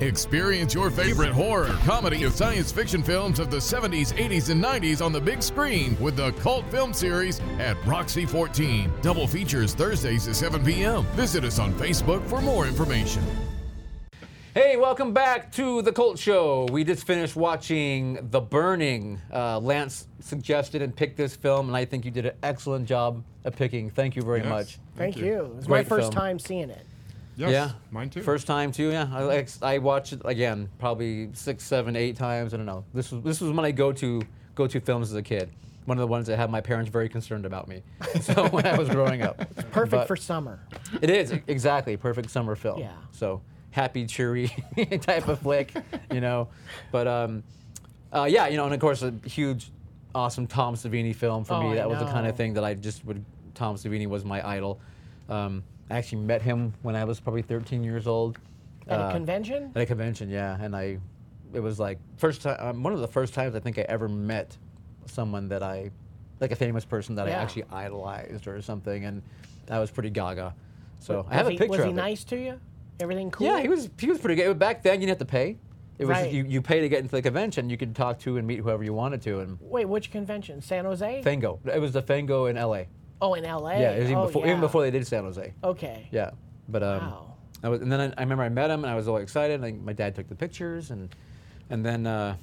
Speaker 6: Experience your favorite horror, comedy, and science fiction films of the 70s, 80s, and 90s on the big screen with the cult film series at Roxy 14. Double features Thursdays at 7 p.m. Visit us on Facebook for more information.
Speaker 2: Hey, welcome back to the Cult Show. We just finished watching The Burning. Uh, Lance suggested and picked this film, and I think you did an excellent job of picking. Thank you very
Speaker 1: Yes.
Speaker 2: much.
Speaker 3: Thank you. It was
Speaker 2: Great
Speaker 3: my
Speaker 2: film.
Speaker 3: first time seeing it.
Speaker 1: Yes,
Speaker 2: yeah,
Speaker 1: mine too.
Speaker 2: First time too. Yeah, I, like- I watched it again probably six, seven, eight times. I don't know. This was this was one of my go-to go-to films as a kid. one of the ones that had my parents very concerned about me. <laughs> So when I was growing up, it's
Speaker 3: Perfect for summer.
Speaker 2: It is e-, exactly perfect summer film.
Speaker 3: Yeah.
Speaker 2: So happy, cheery <laughs> type of flick, you know. But um, uh, yeah, you know, and of course a huge, awesome Tom Savini film for
Speaker 3: Oh,
Speaker 2: me.
Speaker 3: I
Speaker 2: That was the kind
Speaker 3: know.
Speaker 2: of thing that I just would. Tom Savini was my idol. Um, I actually met him when I was probably 13 years old.
Speaker 3: At a
Speaker 2: Uh,
Speaker 3: convention?
Speaker 2: at a convention, yeah, and I, it was like first time, um, one of the first times I think I ever met someone that I, like a famous person that
Speaker 3: Yeah.
Speaker 2: I actually idolized or something, and I was pretty gaga. So I have
Speaker 3: was
Speaker 2: a
Speaker 3: he,
Speaker 2: picture
Speaker 3: Was
Speaker 2: of
Speaker 3: he
Speaker 2: it.
Speaker 3: nice to you? Everything cool?
Speaker 2: Yeah, he was he was pretty good. Back then, you didn't have to pay. It was
Speaker 3: Right.
Speaker 2: just, you, you pay to get into the convention. You could talk to and meet whoever you wanted to. And
Speaker 3: Wait, which convention? San Jose?
Speaker 2: Fango, it was the Fango in L.A.
Speaker 3: oh, in L.A.
Speaker 2: Yeah, it was even
Speaker 3: Oh,
Speaker 2: before
Speaker 3: yeah.
Speaker 2: even before they did San Jose.
Speaker 3: Okay.
Speaker 2: Yeah, but um,
Speaker 3: Wow.
Speaker 2: I was, and then I, I remember I met him, and I was all excited. And my dad took the pictures, and and then uh,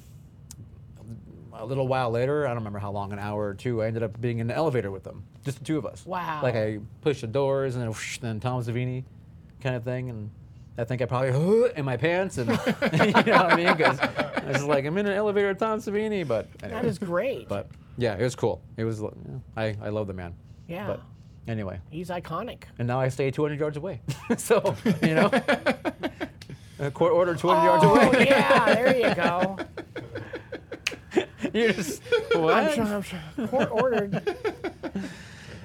Speaker 2: a little while later, I don't remember how long, an hour or two, I ended up being in the elevator with them, just the two of us.
Speaker 3: Wow.
Speaker 2: Like I pushed the doors, and then, whoosh, then Tom Savini, kind of thing, and. I think I probably <laughs> in my pants, and you know what I mean? Because I was just like, I'm in an elevator with Tom Savini, but anyway.
Speaker 3: That is great.
Speaker 2: But yeah, it was cool. It was. you know, I I love the man.
Speaker 3: Yeah.
Speaker 2: But anyway,
Speaker 3: He's iconic.
Speaker 2: and now I stay 200 yards away. <laughs> so, you <laughs> know, a court order 200 yards away.
Speaker 3: Oh, yeah, there you go.
Speaker 2: <laughs> You're just,
Speaker 3: I'm
Speaker 2: Oh. what?
Speaker 3: sure, I'm sure. Court ordered.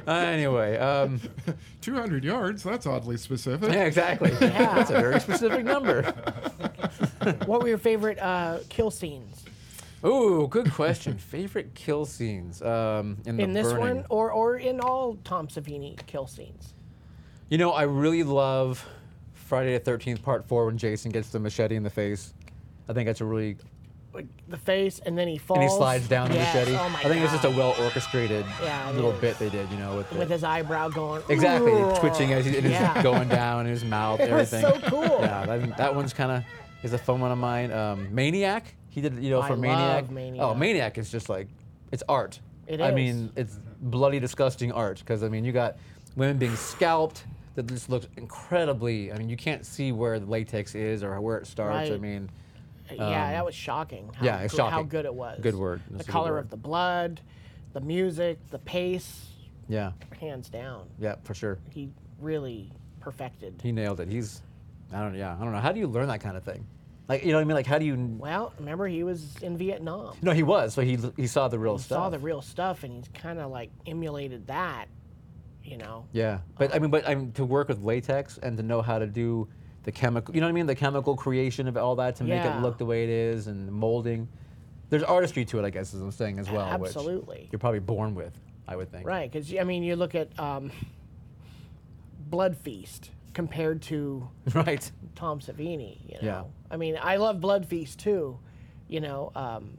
Speaker 2: Uh, anyway, um, <laughs>
Speaker 1: 200 yards. That's oddly specific.
Speaker 2: yeah, exactly. That's a very specific number.
Speaker 3: What were your favorite uh, kill scenes?
Speaker 2: <laughs> Ooh, good question. Favorite kill scenes um, in the
Speaker 3: in this
Speaker 2: burning.
Speaker 3: one or, or in all Tom Savini kill scenes?
Speaker 2: You know, I really love Friday the 13th Part Four when Jason gets the machete in the face. I think that's a really
Speaker 3: Like the face, and then he falls.
Speaker 2: and he slides down the
Speaker 3: Yes,
Speaker 2: machete.
Speaker 3: Oh my
Speaker 2: I think it's just a
Speaker 3: God.
Speaker 2: well orchestrated
Speaker 3: Yeah, it
Speaker 2: little
Speaker 3: is.
Speaker 2: bit they did, you know, with, the,
Speaker 3: With his eyebrow going.
Speaker 2: Exactly,
Speaker 3: "Ooh."
Speaker 2: twitching as he, it is
Speaker 3: Yeah.
Speaker 2: <laughs> going down in his mouth.
Speaker 3: It was
Speaker 2: everything.
Speaker 3: so cool.
Speaker 2: Yeah, that, that one's kind of is a fun one of mine. Um, Maniac, he did you know
Speaker 3: I
Speaker 2: for
Speaker 3: love
Speaker 2: Maniac. Oh,
Speaker 3: Maniac.
Speaker 2: Maniac is just like it's art.
Speaker 3: It
Speaker 2: I
Speaker 3: is.
Speaker 2: mean, it's bloody disgusting art because I mean you got women being scalped that just looks incredibly. I mean you can't see where the latex is or where it starts. I
Speaker 3: Right.
Speaker 2: mean.
Speaker 3: yeah, that was shocking. How
Speaker 2: um, yeah, it's
Speaker 3: good- How
Speaker 2: shocking.
Speaker 3: good it was.
Speaker 2: Good word.
Speaker 3: The
Speaker 2: That's a good
Speaker 3: color
Speaker 2: word.
Speaker 3: of the blood, the music, the pace,
Speaker 2: Yeah,
Speaker 3: hands down.
Speaker 2: yeah, for sure.
Speaker 3: He really perfected.
Speaker 2: He nailed it. He's, I don't, yeah, I don't know. How do you learn that kind of thing? Like, you know what I mean? Like, how do you?
Speaker 3: well, remember he was in Vietnam.
Speaker 2: No, he was. So he he saw the real
Speaker 3: He
Speaker 2: stuff.
Speaker 3: saw the real stuff, and he's kind of like emulated that. You know.
Speaker 2: Yeah, but I mean, but I mean, to work with latex and to know how to do the chemical, you know what I mean, the chemical creation of all that to make
Speaker 3: Yeah.
Speaker 2: it look the way it is and molding. There's artistry to it, I guess, is what I'm saying as well. which
Speaker 3: Absolutely.
Speaker 2: you're probably born with, I would think.
Speaker 3: Right, because I mean, you look at um, Blood Feast compared to
Speaker 2: <laughs> Right.
Speaker 3: Tom Savini. You know,
Speaker 2: Yeah.
Speaker 3: I mean, I love Blood Feast too. You know, um,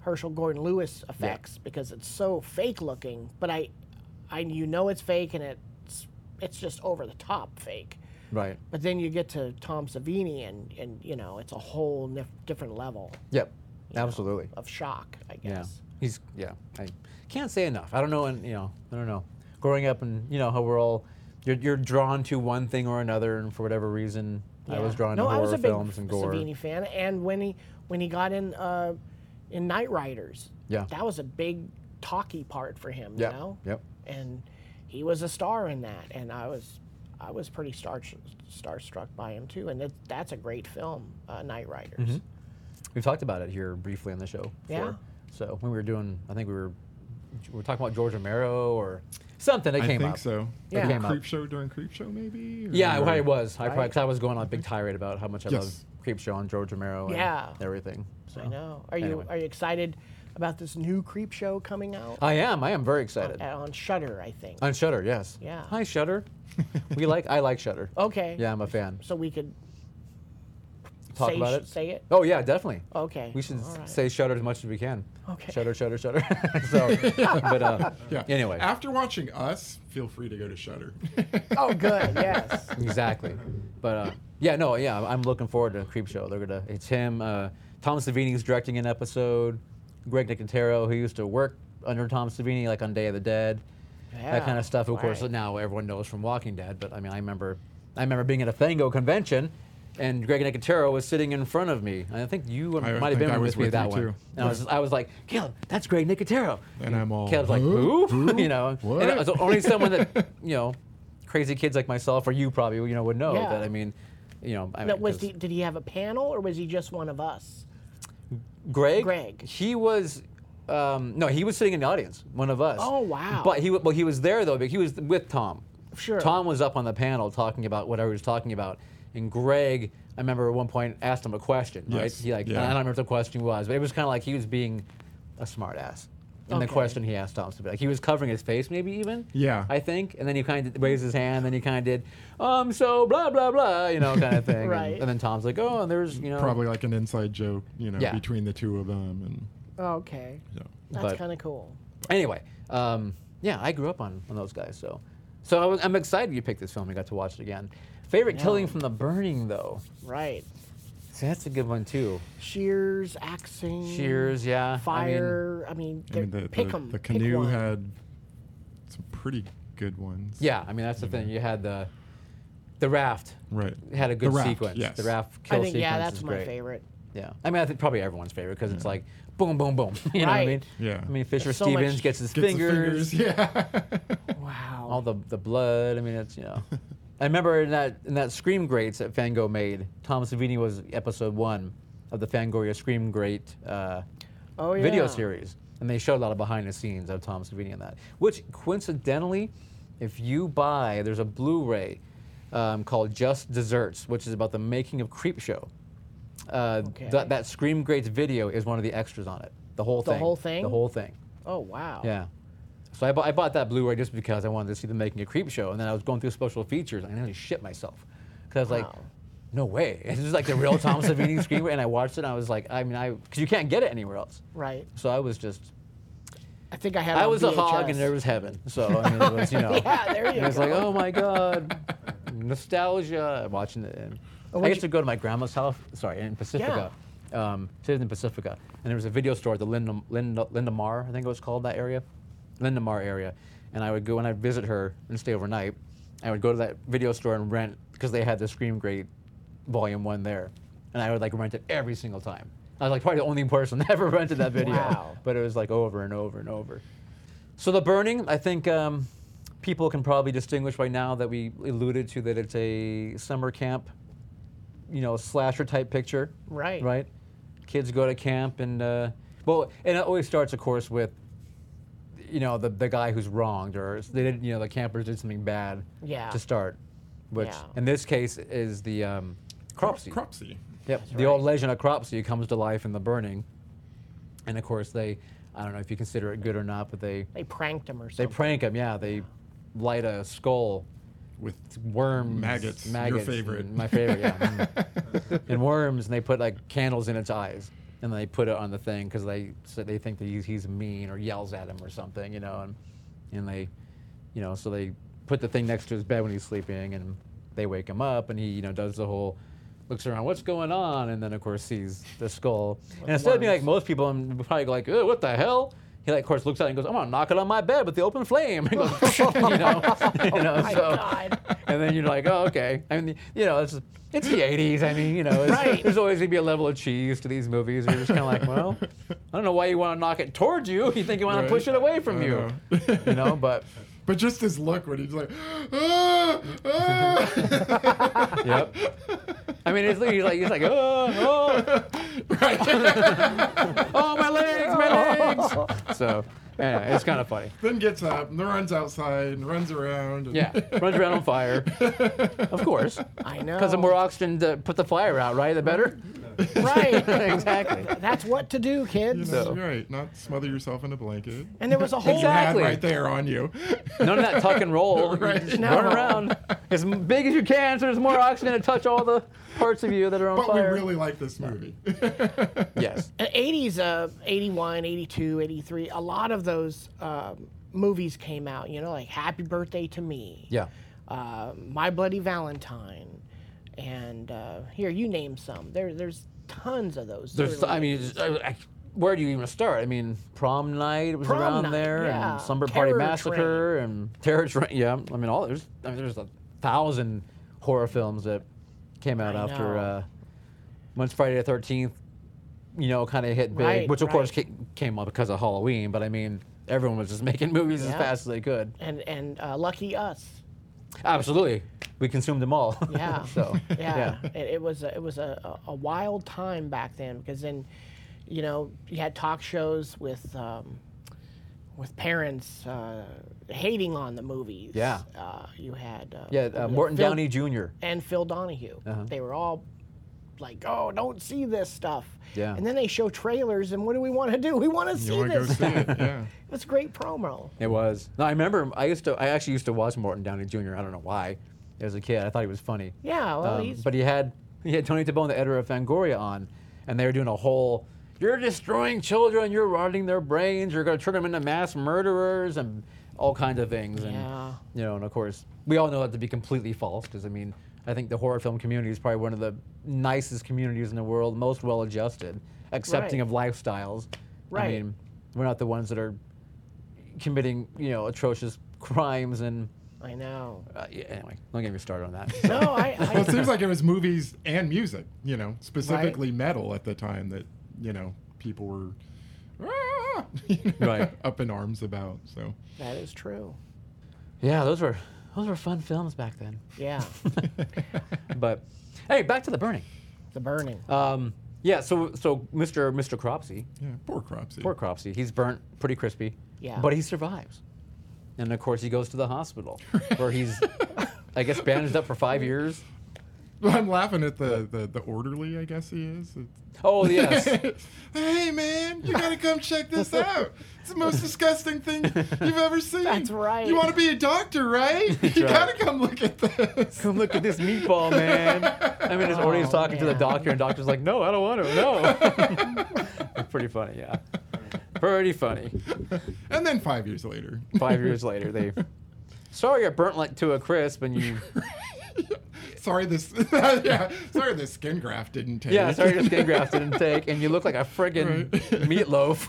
Speaker 3: Herschel Gordon Lewis effects because it's so fake looking, but I, I you know it's fake and it's it's just over the top fake.
Speaker 2: Right.
Speaker 3: But then you get to Tom Savini and and you know it's a whole nif- different level
Speaker 2: Yep. Absolutely.
Speaker 3: of shock, I
Speaker 2: Yeah.
Speaker 3: guess.
Speaker 2: He's yeah. I can't say enough. I don't know, and you know, I don't know. Growing up, and you know how we're all, you're, you're drawn to one thing or another, and for whatever reason, I
Speaker 3: Yeah.
Speaker 2: was drawn
Speaker 3: no,
Speaker 2: to horror
Speaker 3: I was a big
Speaker 2: films and gore.
Speaker 3: Savini fan, and when he when he got in uh, in Night Riders,
Speaker 2: Yeah.
Speaker 3: that was a big talky part for him,
Speaker 2: Yep,
Speaker 3: you know.
Speaker 2: yep.
Speaker 3: And he was a star in that, and I was I was pretty star starstruck by him too, and it, that's a great film, uh, Night Riders.
Speaker 2: Mm-hmm. We've talked about it here briefly on the show. Before.
Speaker 3: Yeah.
Speaker 2: So when we were doing, I think we were, we were talking about George Romero or something that
Speaker 1: I
Speaker 2: came
Speaker 1: think
Speaker 2: up.
Speaker 1: so.
Speaker 2: Yeah.
Speaker 1: Like
Speaker 2: Came up.
Speaker 1: creep show during creep show, maybe. Or-
Speaker 2: Yeah, I, I
Speaker 1: or-
Speaker 2: was. I probably, cause I was going on a big tirade about how much I
Speaker 1: Yes.
Speaker 2: love Creepshow and George Romero and
Speaker 3: Yeah.
Speaker 2: everything. So.
Speaker 3: I know. Are you
Speaker 2: Anyway.
Speaker 3: are you excited about this new Creep Show coming out
Speaker 2: I am. I am very excited.
Speaker 3: Uh, on Shutter? I think.
Speaker 2: On Shutter, yes.
Speaker 3: Yeah. Oh.
Speaker 2: Hi,
Speaker 1: <laughs>
Speaker 2: Shutter. we like. I like Shutter.
Speaker 3: okay.
Speaker 2: Yeah, I'm a fan.
Speaker 3: So we could
Speaker 2: Talk
Speaker 3: say
Speaker 2: about
Speaker 3: sh-
Speaker 2: it.
Speaker 3: Say it.
Speaker 2: Oh yeah, definitely.
Speaker 3: Okay.
Speaker 2: We should
Speaker 3: All right.
Speaker 2: say Shutter as much as we can.
Speaker 3: Okay.
Speaker 2: Shutter, Shutter, Shutter. <laughs>
Speaker 3: <laughs>
Speaker 2: so, but uh,
Speaker 1: Yeah.
Speaker 2: Anyway.
Speaker 1: After watching us, feel free to go to
Speaker 2: <laughs>
Speaker 1: Shutter.
Speaker 3: Oh, good. Yes.
Speaker 2: Exactly. But uh, yeah, no, yeah, I'm looking forward to Creep Show. They're gonna. It's him. Uh, Tom Savini's directing an episode. Greg Nicotero, who used to work under Tom Savini, like on Day of the Dead, that kind
Speaker 3: Yeah,
Speaker 2: of stuff. Of course,
Speaker 3: right.
Speaker 2: now everyone knows from Walking Dead. But I mean, I remember, I remember being at a Fango convention, and Greg Nicotero was sitting in front of me. And I think you might have
Speaker 1: think
Speaker 2: been
Speaker 1: I
Speaker 2: with
Speaker 1: was
Speaker 2: me
Speaker 1: with
Speaker 2: that
Speaker 1: you
Speaker 2: one.
Speaker 1: too.
Speaker 2: And I was, I was like, Caleb, that's Greg Nicotero.
Speaker 1: And I'm all,
Speaker 2: Caleb's like,
Speaker 1: "Who?
Speaker 2: who?
Speaker 1: Who?
Speaker 2: <laughs> you know,
Speaker 1: What?"
Speaker 2: and it was only someone that you know, crazy kids like myself or you probably you know would know
Speaker 3: Yeah.
Speaker 2: that. I mean, you know, I
Speaker 3: Now,
Speaker 2: mean,
Speaker 3: was
Speaker 2: 'cause
Speaker 3: he, did he have a panel or was he just one of us?
Speaker 2: Greg.
Speaker 3: Greg.
Speaker 2: He was. Um, no, he was sitting in the audience, one of us.
Speaker 3: Oh, wow.
Speaker 2: But he, wa- well, he was there though, but he was with Tom.
Speaker 3: Sure.
Speaker 2: Tom was up on the panel talking about whatever he was talking about, and Greg, I remember at one point asked him a question, right?
Speaker 1: Yes,
Speaker 2: He like,
Speaker 1: yeah.
Speaker 2: I don't remember what the question was, but it was kind of like he was being a smartass. ass. And the
Speaker 3: Okay.
Speaker 2: question he asked Tom, like he was covering his face, maybe even.
Speaker 1: Yeah.
Speaker 2: I think, and then he kind of raised his hand, then he kind of did, um, so blah blah blah, you know, kind
Speaker 3: <laughs>
Speaker 2: of thing. And-
Speaker 3: Right.
Speaker 2: And, then Tom's like, oh, and there's, you know,
Speaker 1: Probably like an inside joke, you know,
Speaker 2: Yeah.
Speaker 1: between the two of them, and
Speaker 3: Okay.
Speaker 1: you
Speaker 3: That's
Speaker 2: But-
Speaker 3: kind of cool.
Speaker 2: Anyway, um, yeah, I grew up on, on those guys, so so I was, I'm excited you picked this film. I got to watch it again. Favorite killing from the burning, though.
Speaker 3: Right.
Speaker 2: See, that's a good one too.
Speaker 3: Shears, axing.
Speaker 2: Shears, yeah. I mean-
Speaker 3: Fire. I mean,
Speaker 1: I mean, the,
Speaker 3: pick
Speaker 1: the,
Speaker 3: 'em,
Speaker 1: the
Speaker 3: pick
Speaker 1: canoe
Speaker 3: one.
Speaker 1: had some pretty good ones.
Speaker 2: Yeah, I mean that's the thing. You had the the raft
Speaker 1: Right.
Speaker 2: had a
Speaker 1: The
Speaker 2: good
Speaker 1: raft,
Speaker 2: sequence.
Speaker 1: yes.
Speaker 2: The raft
Speaker 3: I
Speaker 2: kill
Speaker 3: think,
Speaker 2: sequence
Speaker 3: yeah, that's
Speaker 2: is
Speaker 3: my
Speaker 2: great.
Speaker 3: favorite.
Speaker 2: Yeah, I mean I think probably everyone's favorite because it's like boom, boom, boom. <laughs> You know what I
Speaker 3: Right.
Speaker 2: mean?
Speaker 1: Yeah.
Speaker 2: I mean Fisher
Speaker 3: So
Speaker 2: Stevens
Speaker 3: much-
Speaker 2: gets his
Speaker 1: Gets the <laughs>
Speaker 2: fingers.
Speaker 1: Yeah.
Speaker 3: <laughs> Wow.
Speaker 2: all the the blood. I mean, it's you
Speaker 3: <laughs>
Speaker 2: know. I remember in that in that Scream Greats that Fango made. Tom Savini was episode one of the Fangoria Scream Great uh,
Speaker 3: Oh,
Speaker 2: video
Speaker 3: yeah.
Speaker 2: series, and they showed a lot of behind the scenes of Tom Savini in that. Which coincidentally, if you buy, there's a Blu-ray um, called Just Desserts, which is about the making of Creepshow. Uh,
Speaker 3: Okay.
Speaker 2: that, that Scream Greats video is one of the extras on it. The whole
Speaker 3: The
Speaker 2: thing.
Speaker 3: whole thing?
Speaker 2: The whole thing.
Speaker 3: oh, wow.
Speaker 2: Yeah. So I, bu- I bought that Blu-ray just because I wanted to see them making a creep show, and then I was going through special features, and I nearly shit myself because I was like,
Speaker 3: Wow.
Speaker 2: "No way!" <laughs> It's just like the real Tom Savini screenplay, and I watched it, and I was like, "I mean, I because you can't get it anywhere else."
Speaker 3: Right.
Speaker 2: So I was just,
Speaker 3: I think I had it
Speaker 2: I
Speaker 3: on
Speaker 2: was a hog,
Speaker 3: VHS.
Speaker 2: and there was heaven. So I mean, it was
Speaker 3: <laughs>
Speaker 2: you know,
Speaker 3: Yeah, there you
Speaker 2: it was
Speaker 3: go.
Speaker 2: like, "Oh my god, nostalgia!" Watching it, and I
Speaker 3: Oh, what'd
Speaker 2: used to
Speaker 3: you-
Speaker 2: go to my grandma's house. Sorry, in Pacifica. Um, she lived in Pacifica, and there was a video store at the Linda, Linda, Lindamar, I think it was called that area, Lindamar area. And I would go and I'd visit her and stay overnight. I would go to that video store and rent because they had the Scream Great Volume One there, and I would like rent it every single time. I was like probably the only person <laughs> that ever rented that video,
Speaker 3: Wow.
Speaker 2: but it was like over and over and over. So the burning, I think um, people can probably distinguish right now that we alluded to that it's a summer camp, you know, slasher type picture.
Speaker 3: Right.
Speaker 2: Right. Kids go to camp and uh, well, and it always starts, of course, with you know the, the guy who's wronged or they did you know the campers did something bad
Speaker 3: Yeah.
Speaker 2: to start, which
Speaker 3: Yeah.
Speaker 2: in this case is the um, cropsy.
Speaker 1: Cropsy.
Speaker 2: Yep, the old legend of Cropsy comes to life in the burning, and of course they, I don't know if you consider it good or not, but they
Speaker 3: They pranked him or something.
Speaker 2: they prank him. Yeah, they light a skull,
Speaker 1: With
Speaker 2: worms,
Speaker 1: Maggots, your favorite.
Speaker 2: and My favorite, yeah,
Speaker 1: <laughs>
Speaker 2: Mm. and worms, and they put like candles in its eyes, and they put it on the thing because they so they think that he's, he's mean or yells at him or something, you know, and and they, you know, so they put the thing next to his bed when he's sleeping, and they wake him up, and he you know does the whole. Looks around, what's going on? And then, of course, sees the skull. And instead of being like most people, I'm probably like, "Ugh, what the hell? He, like, of course, looks out and goes, I'm gonna knock it on my bed with the open flame. <laughs> And goes, you know, you know,
Speaker 3: My
Speaker 2: so,
Speaker 3: God.
Speaker 2: <laughs> and then you're like, oh, okay. I mean, you know, it's it's the 80s. I mean, you know, it's,
Speaker 3: Right.
Speaker 2: there's always gonna be a level of cheese to these movies. You're just kind of like, well, I don't know why you want to knock it towards you. You think you want
Speaker 1: Right.
Speaker 2: to push it away from
Speaker 1: I
Speaker 2: you,
Speaker 1: know.
Speaker 2: you know? But
Speaker 1: But just his look when he's like, <laughs> ah, ah. <laughs>
Speaker 2: yep. I mean, it's literally like he's like, oh, oh, oh, my legs, my
Speaker 1: <laughs>
Speaker 2: legs. So, yeah, it's kind of funny.
Speaker 1: then gets up and runs outside and runs around. And
Speaker 2: Yeah, runs around on fire. Of course.
Speaker 3: I
Speaker 2: <laughs>
Speaker 3: know.
Speaker 2: Because the more oxygen to put the fire out, right? The better.
Speaker 3: Right.
Speaker 2: exactly.
Speaker 3: That's what to
Speaker 1: <laughs>
Speaker 3: do,
Speaker 1: You
Speaker 3: kids.
Speaker 1: know,
Speaker 2: So-
Speaker 1: Right, not smother yourself in a blanket.
Speaker 3: And there was a whole
Speaker 1: Had
Speaker 2: Exactly.
Speaker 1: right there on you. <laughs>
Speaker 2: None of that tuck and roll.
Speaker 1: Right.
Speaker 2: Just
Speaker 3: No.
Speaker 2: Run around as m- big as you can, so there's more oxygen to touch all the parts of you that are on
Speaker 1: But we
Speaker 2: fire.
Speaker 1: really like this movie.
Speaker 2: yes.
Speaker 3: Uh, 80s, uh, 81, 82, 83, a lot of those um, movies came out, you know, like Happy Birthday to Me.
Speaker 2: Yeah.
Speaker 3: Uh, My Bloody Valentine. And uh, here, you name some. There, There's tons of those.
Speaker 2: There's,
Speaker 3: They're
Speaker 2: I mean, it's- I- I- where do you even start? I mean, prom night was
Speaker 3: Prom
Speaker 2: around
Speaker 3: night,
Speaker 2: there,
Speaker 3: yeah.
Speaker 2: and slumber party
Speaker 3: Terror
Speaker 2: massacre, <laughs> and terror train. Yeah, I mean, all there's, I mean, there's a thousand horror films that came out
Speaker 3: I
Speaker 2: after
Speaker 3: know.
Speaker 2: uh, once Friday the Thirteenth, you know, kind of hit big,
Speaker 3: Right,
Speaker 2: which of course
Speaker 3: right.
Speaker 2: ca- came up because of Halloween. But I mean, everyone was just <laughs> making movies as
Speaker 3: Yeah.
Speaker 2: fast as they could.
Speaker 3: and and uh, lucky us.
Speaker 2: Absolutely, we consumed them all. <laughs>
Speaker 3: Yeah.
Speaker 2: so
Speaker 3: yeah, It, it was a, it was a, a a wild time back then because then, you know, you had talk shows with um, with parents uh, hating on the movies.
Speaker 2: Yeah.
Speaker 3: uh, you had uh,
Speaker 2: yeah, uh, Morton
Speaker 3: Phil-
Speaker 2: Downey Uh-huh. Jr.
Speaker 3: and Phil Donahue. They were all like, "Oh, don't see this stuff."
Speaker 2: Yeah.
Speaker 3: And then they show trailers, and what do we want to do? We want to
Speaker 1: You
Speaker 3: see
Speaker 1: want <laughs> to go
Speaker 3: this.
Speaker 1: see it? Yeah.
Speaker 3: It's great promo.
Speaker 2: It was. No, I remember. I used to. I actually used to watch Morton Downey Jr. I don't know why. As a kid, I thought he was funny.
Speaker 3: Yeah, well,
Speaker 2: Um,
Speaker 3: he's
Speaker 2: but he had he had Tony Tabone, the editor of Fangoria, on, and they were doing a whole. You're destroying children. You're rotting their brains. You're going to turn them into mass murderers and all kinds of things. And
Speaker 3: Yeah.
Speaker 2: you know, and of course, we all know that to be completely false. Because I mean, I think the horror film community is probably one of the nicest communities in the world, most well-adjusted, accepting
Speaker 3: Right.
Speaker 2: of lifestyles. I
Speaker 3: Right.
Speaker 2: mean, we're not the ones that are committing, you know, atrocious crimes and.
Speaker 3: I know.
Speaker 2: Uh, yeah, anyway, don't get me started on that.
Speaker 3: <laughs> No, I.
Speaker 1: <laughs> Well, it
Speaker 3: I
Speaker 1: seems like it was movies and music, you know, specifically metal at the time that, you know, people were <laughs> "Ah," you know,
Speaker 2: Right.
Speaker 1: <laughs> up in arms about. So, <laughs>
Speaker 3: that is true.
Speaker 2: Yeah, those were those were fun films back then. <laughs>
Speaker 3: Yeah,
Speaker 2: But <laughs> hey, back to the burning.
Speaker 3: the burning.
Speaker 2: Um, yeah, so so Mr. Mr. Cropsey,
Speaker 1: yeah, poor Cropsy.
Speaker 2: poor Cropsey, he's burnt pretty crispy.
Speaker 3: Yeah.
Speaker 2: But he survives, and of course he goes to the hospital where he's, I guess, bandaged up for five years.
Speaker 1: <laughs> I'm laughing at the, the, the orderly, I guess he is. It's-
Speaker 2: Oh yes.
Speaker 1: <laughs> hey, man, you got to come check this out. It's the most disgusting thing you've
Speaker 2: <laughs>
Speaker 1: ever seen.
Speaker 3: That's right.
Speaker 1: You want to be a doctor, right? you
Speaker 2: right.
Speaker 1: got to come look at this.
Speaker 2: Come look at this meatball, man. I
Speaker 1: <laughs>
Speaker 2: mean, his already
Speaker 3: Oh,
Speaker 2: talking to the
Speaker 3: man.
Speaker 2: doctor, and doctor's like, no, I don't want to. No.
Speaker 1: <laughs>
Speaker 2: pretty funny, yeah. Pretty funny.
Speaker 1: <laughs> And then five years later.
Speaker 2: Five years later, they. Sorry, I burnt like to a crisp, and you
Speaker 1: <laughs> Sorry, this. <laughs> yeah, sorry, this skin graft didn't take.
Speaker 2: Yeah, sorry, your skin graft didn't take, and you look like a friggin'
Speaker 1: Right.
Speaker 2: <laughs> meatloaf.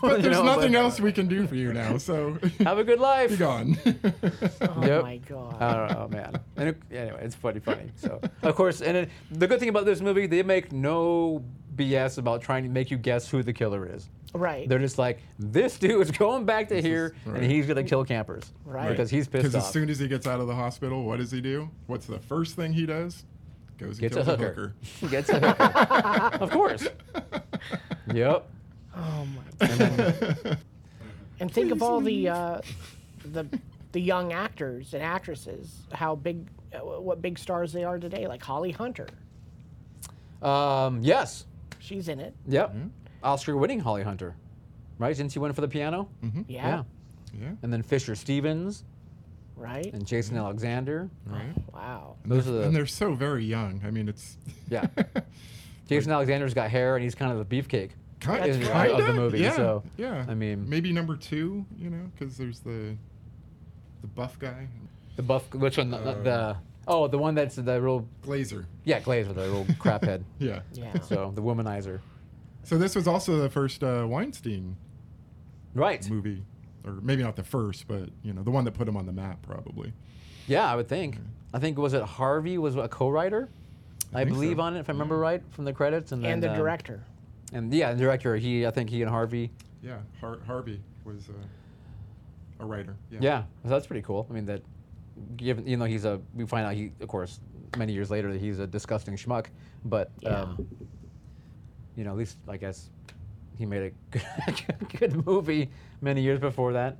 Speaker 1: <laughs> But
Speaker 2: you
Speaker 1: there's
Speaker 2: know,
Speaker 1: nothing
Speaker 2: but
Speaker 1: else we can do for you now, so <laughs>
Speaker 2: Have a good life.
Speaker 1: you're gone.
Speaker 3: Oh
Speaker 1: <laughs>
Speaker 2: Yep. Uh,
Speaker 3: my god.
Speaker 2: I don't know, man. And it- anyway, it's pretty funny. So, of course, and it, the good thing about this movie, they make no BS about trying to make you guess who the killer is.
Speaker 3: right.
Speaker 2: They're just like, this dude's going back to here,
Speaker 1: right.
Speaker 2: and he's gonna kill campers
Speaker 3: Right.
Speaker 2: because he's <laughs> pissed
Speaker 1: Because
Speaker 2: off.
Speaker 1: as soon as he gets out of the hospital, what does he do? What's the first thing he does? Goes and
Speaker 2: Gets a
Speaker 1: kills
Speaker 2: hooker. He gets a hooker.
Speaker 3: <laughs>
Speaker 1: <laughs>
Speaker 2: of course. Yep.
Speaker 3: Oh
Speaker 2: <laughs>
Speaker 3: my god. and think of all the uh, the the young actors and actresses, how big, uh, what big stars they are today. Like Holly Hunter,
Speaker 2: Um, yes.
Speaker 3: she's in it.
Speaker 2: Yep.
Speaker 1: Mm-hmm.
Speaker 2: Oscar-winning Holly Hunter, right? Didn't she win for the piano? Mm-hmm.
Speaker 3: Yeah.
Speaker 2: Yeah.
Speaker 1: Yeah,
Speaker 2: And then Fisher Stevens
Speaker 3: Right.
Speaker 2: and Jason Alexander.
Speaker 1: right.
Speaker 3: Wow.
Speaker 2: Those are
Speaker 1: And
Speaker 2: the
Speaker 1: they're so very young. I mean, it's <laughs>
Speaker 2: yeah. Jason Alexander's got hair, and he's kind of the beefcake.
Speaker 1: kind
Speaker 2: Isn't
Speaker 1: of
Speaker 2: it, of the movie,
Speaker 1: Yeah,
Speaker 2: so,
Speaker 1: yeah.
Speaker 2: I mean-
Speaker 1: maybe number two. You know, because there's the the buff guy,
Speaker 2: The buff, which one? The,
Speaker 1: Uh.
Speaker 2: the oh, the one that's the real
Speaker 1: Glazer.
Speaker 2: yeah, Glazer, the real
Speaker 1: <laughs>
Speaker 2: craphead.
Speaker 1: Yeah.
Speaker 3: Yeah.
Speaker 2: So the womanizer.
Speaker 1: So this was also the first uh, Weinstein
Speaker 2: Right.
Speaker 1: movie, or maybe not the first, but you know, the one that put him on the map, probably.
Speaker 2: Yeah, I would think. I think was it Harvey was a co-writer, I,
Speaker 1: Mm-hmm. think
Speaker 2: believe
Speaker 1: so. Mm-hmm.
Speaker 2: on it if I remember right from the credits and,
Speaker 3: and
Speaker 2: then,
Speaker 3: the
Speaker 2: um,
Speaker 3: director.
Speaker 2: and yeah, the director. He I think he and Harvey.
Speaker 1: Yeah, Har- Harvey was uh, a writer.
Speaker 2: Yeah, so that's pretty cool. I mean, that given you know he's a we find out he of course many years later that he's a disgusting schmuck, but um, you know at least I guess he made a <laughs> good, good movie many years before that.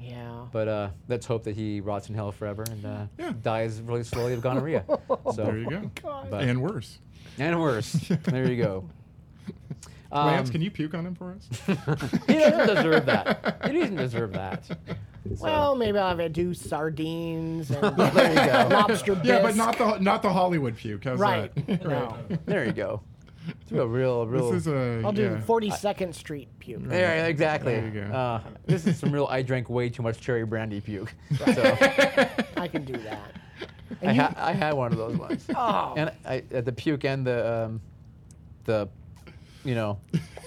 Speaker 3: Yeah.
Speaker 2: But uh, let's hope that he rots in hell forever and uh,
Speaker 1: Yeah.
Speaker 2: dies really slowly
Speaker 1: <laughs>
Speaker 2: of gonorrhea.
Speaker 1: There
Speaker 2: so
Speaker 1: you go.
Speaker 2: But-
Speaker 1: and worse.
Speaker 2: and worse. There
Speaker 1: <laughs>
Speaker 2: you go. Um,
Speaker 1: Lance, can you puke on him for
Speaker 2: <laughs>
Speaker 1: us?
Speaker 2: He doesn't deserve that. He doesn't deserve that.
Speaker 3: Well, maybe I'll have to do
Speaker 2: <laughs>
Speaker 3: sardines and
Speaker 2: There you go.
Speaker 3: <laughs> lobster bisque.
Speaker 1: yeah, but not the not the Hollywood puke. How's
Speaker 3: right.
Speaker 1: that? <laughs>
Speaker 3: No.
Speaker 2: There you go. It's a real, real.
Speaker 1: This is a.
Speaker 3: I'll do
Speaker 1: yeah.
Speaker 3: 42nd Street puke.
Speaker 2: Yeah, exactly.
Speaker 1: There you go.
Speaker 2: Uh, this is some real. I drank way too much cherry brandy
Speaker 3: <laughs>
Speaker 2: puke. So
Speaker 1: <laughs>
Speaker 3: I can do that.
Speaker 2: I, ha- I had one of those ones,
Speaker 3: Oh.
Speaker 2: <laughs> and I, at the puke and the um, the, you know,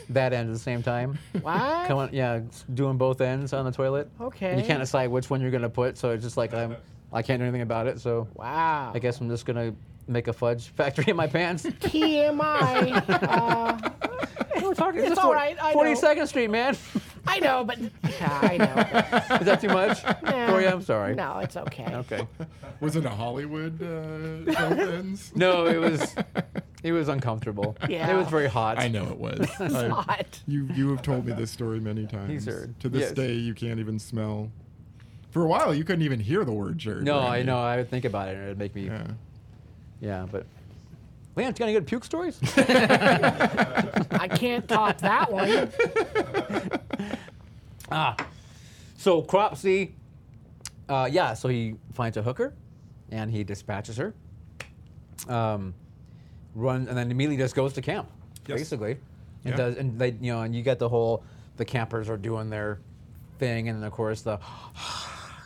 Speaker 2: that end at the same time.
Speaker 3: What?
Speaker 2: Come on, yeah, s- doing both ends on the toilet. And
Speaker 3: Okay.
Speaker 2: you can't decide which one you're gonna put, so it's just like I'm. I can't do anything about it, so
Speaker 3: Wow.
Speaker 2: I guess I'm just gonna make a fudge factory in my pants. <laughs>
Speaker 3: TMI. uh,
Speaker 2: We're talking
Speaker 3: <laughs> It's
Speaker 2: just
Speaker 3: all
Speaker 2: for-
Speaker 3: right, I know.
Speaker 2: 42nd Street, man. <laughs>
Speaker 3: I know, but yeah, I know.
Speaker 2: Is that too much?
Speaker 3: <laughs> Nah.
Speaker 2: <laughs> Corey, I'm sorry.
Speaker 3: No, it's okay.
Speaker 2: Okay.
Speaker 1: <laughs> Was it a Hollywood uh, both ends?
Speaker 2: <laughs> No, it was it was uncomfortable.
Speaker 3: Yeah.
Speaker 2: It was very hot.
Speaker 1: I know it
Speaker 2: <laughs>
Speaker 1: was. I-
Speaker 3: Hot.
Speaker 1: You you have told me this story many times.
Speaker 2: are-
Speaker 1: to this
Speaker 2: yes.
Speaker 1: day you can't even smell. For a while you couldn't even hear the word Jared.
Speaker 2: No, I
Speaker 1: Brandy.
Speaker 2: know. I would think about it, and it'd make me.
Speaker 1: <laughs>
Speaker 2: Yeah,
Speaker 1: Yeah.
Speaker 2: but. Lance, you got any good puke stories?
Speaker 3: I can't top that one.
Speaker 2: Ah. so Cropsy, uh, yeah. So he finds a hooker, and he dispatches her. Um, runs and then immediately just goes to camp,
Speaker 1: Yes.
Speaker 2: basically. And
Speaker 1: Yeah.
Speaker 2: does and they you know and you get the whole the campers are doing their thing, and then of course the <sighs>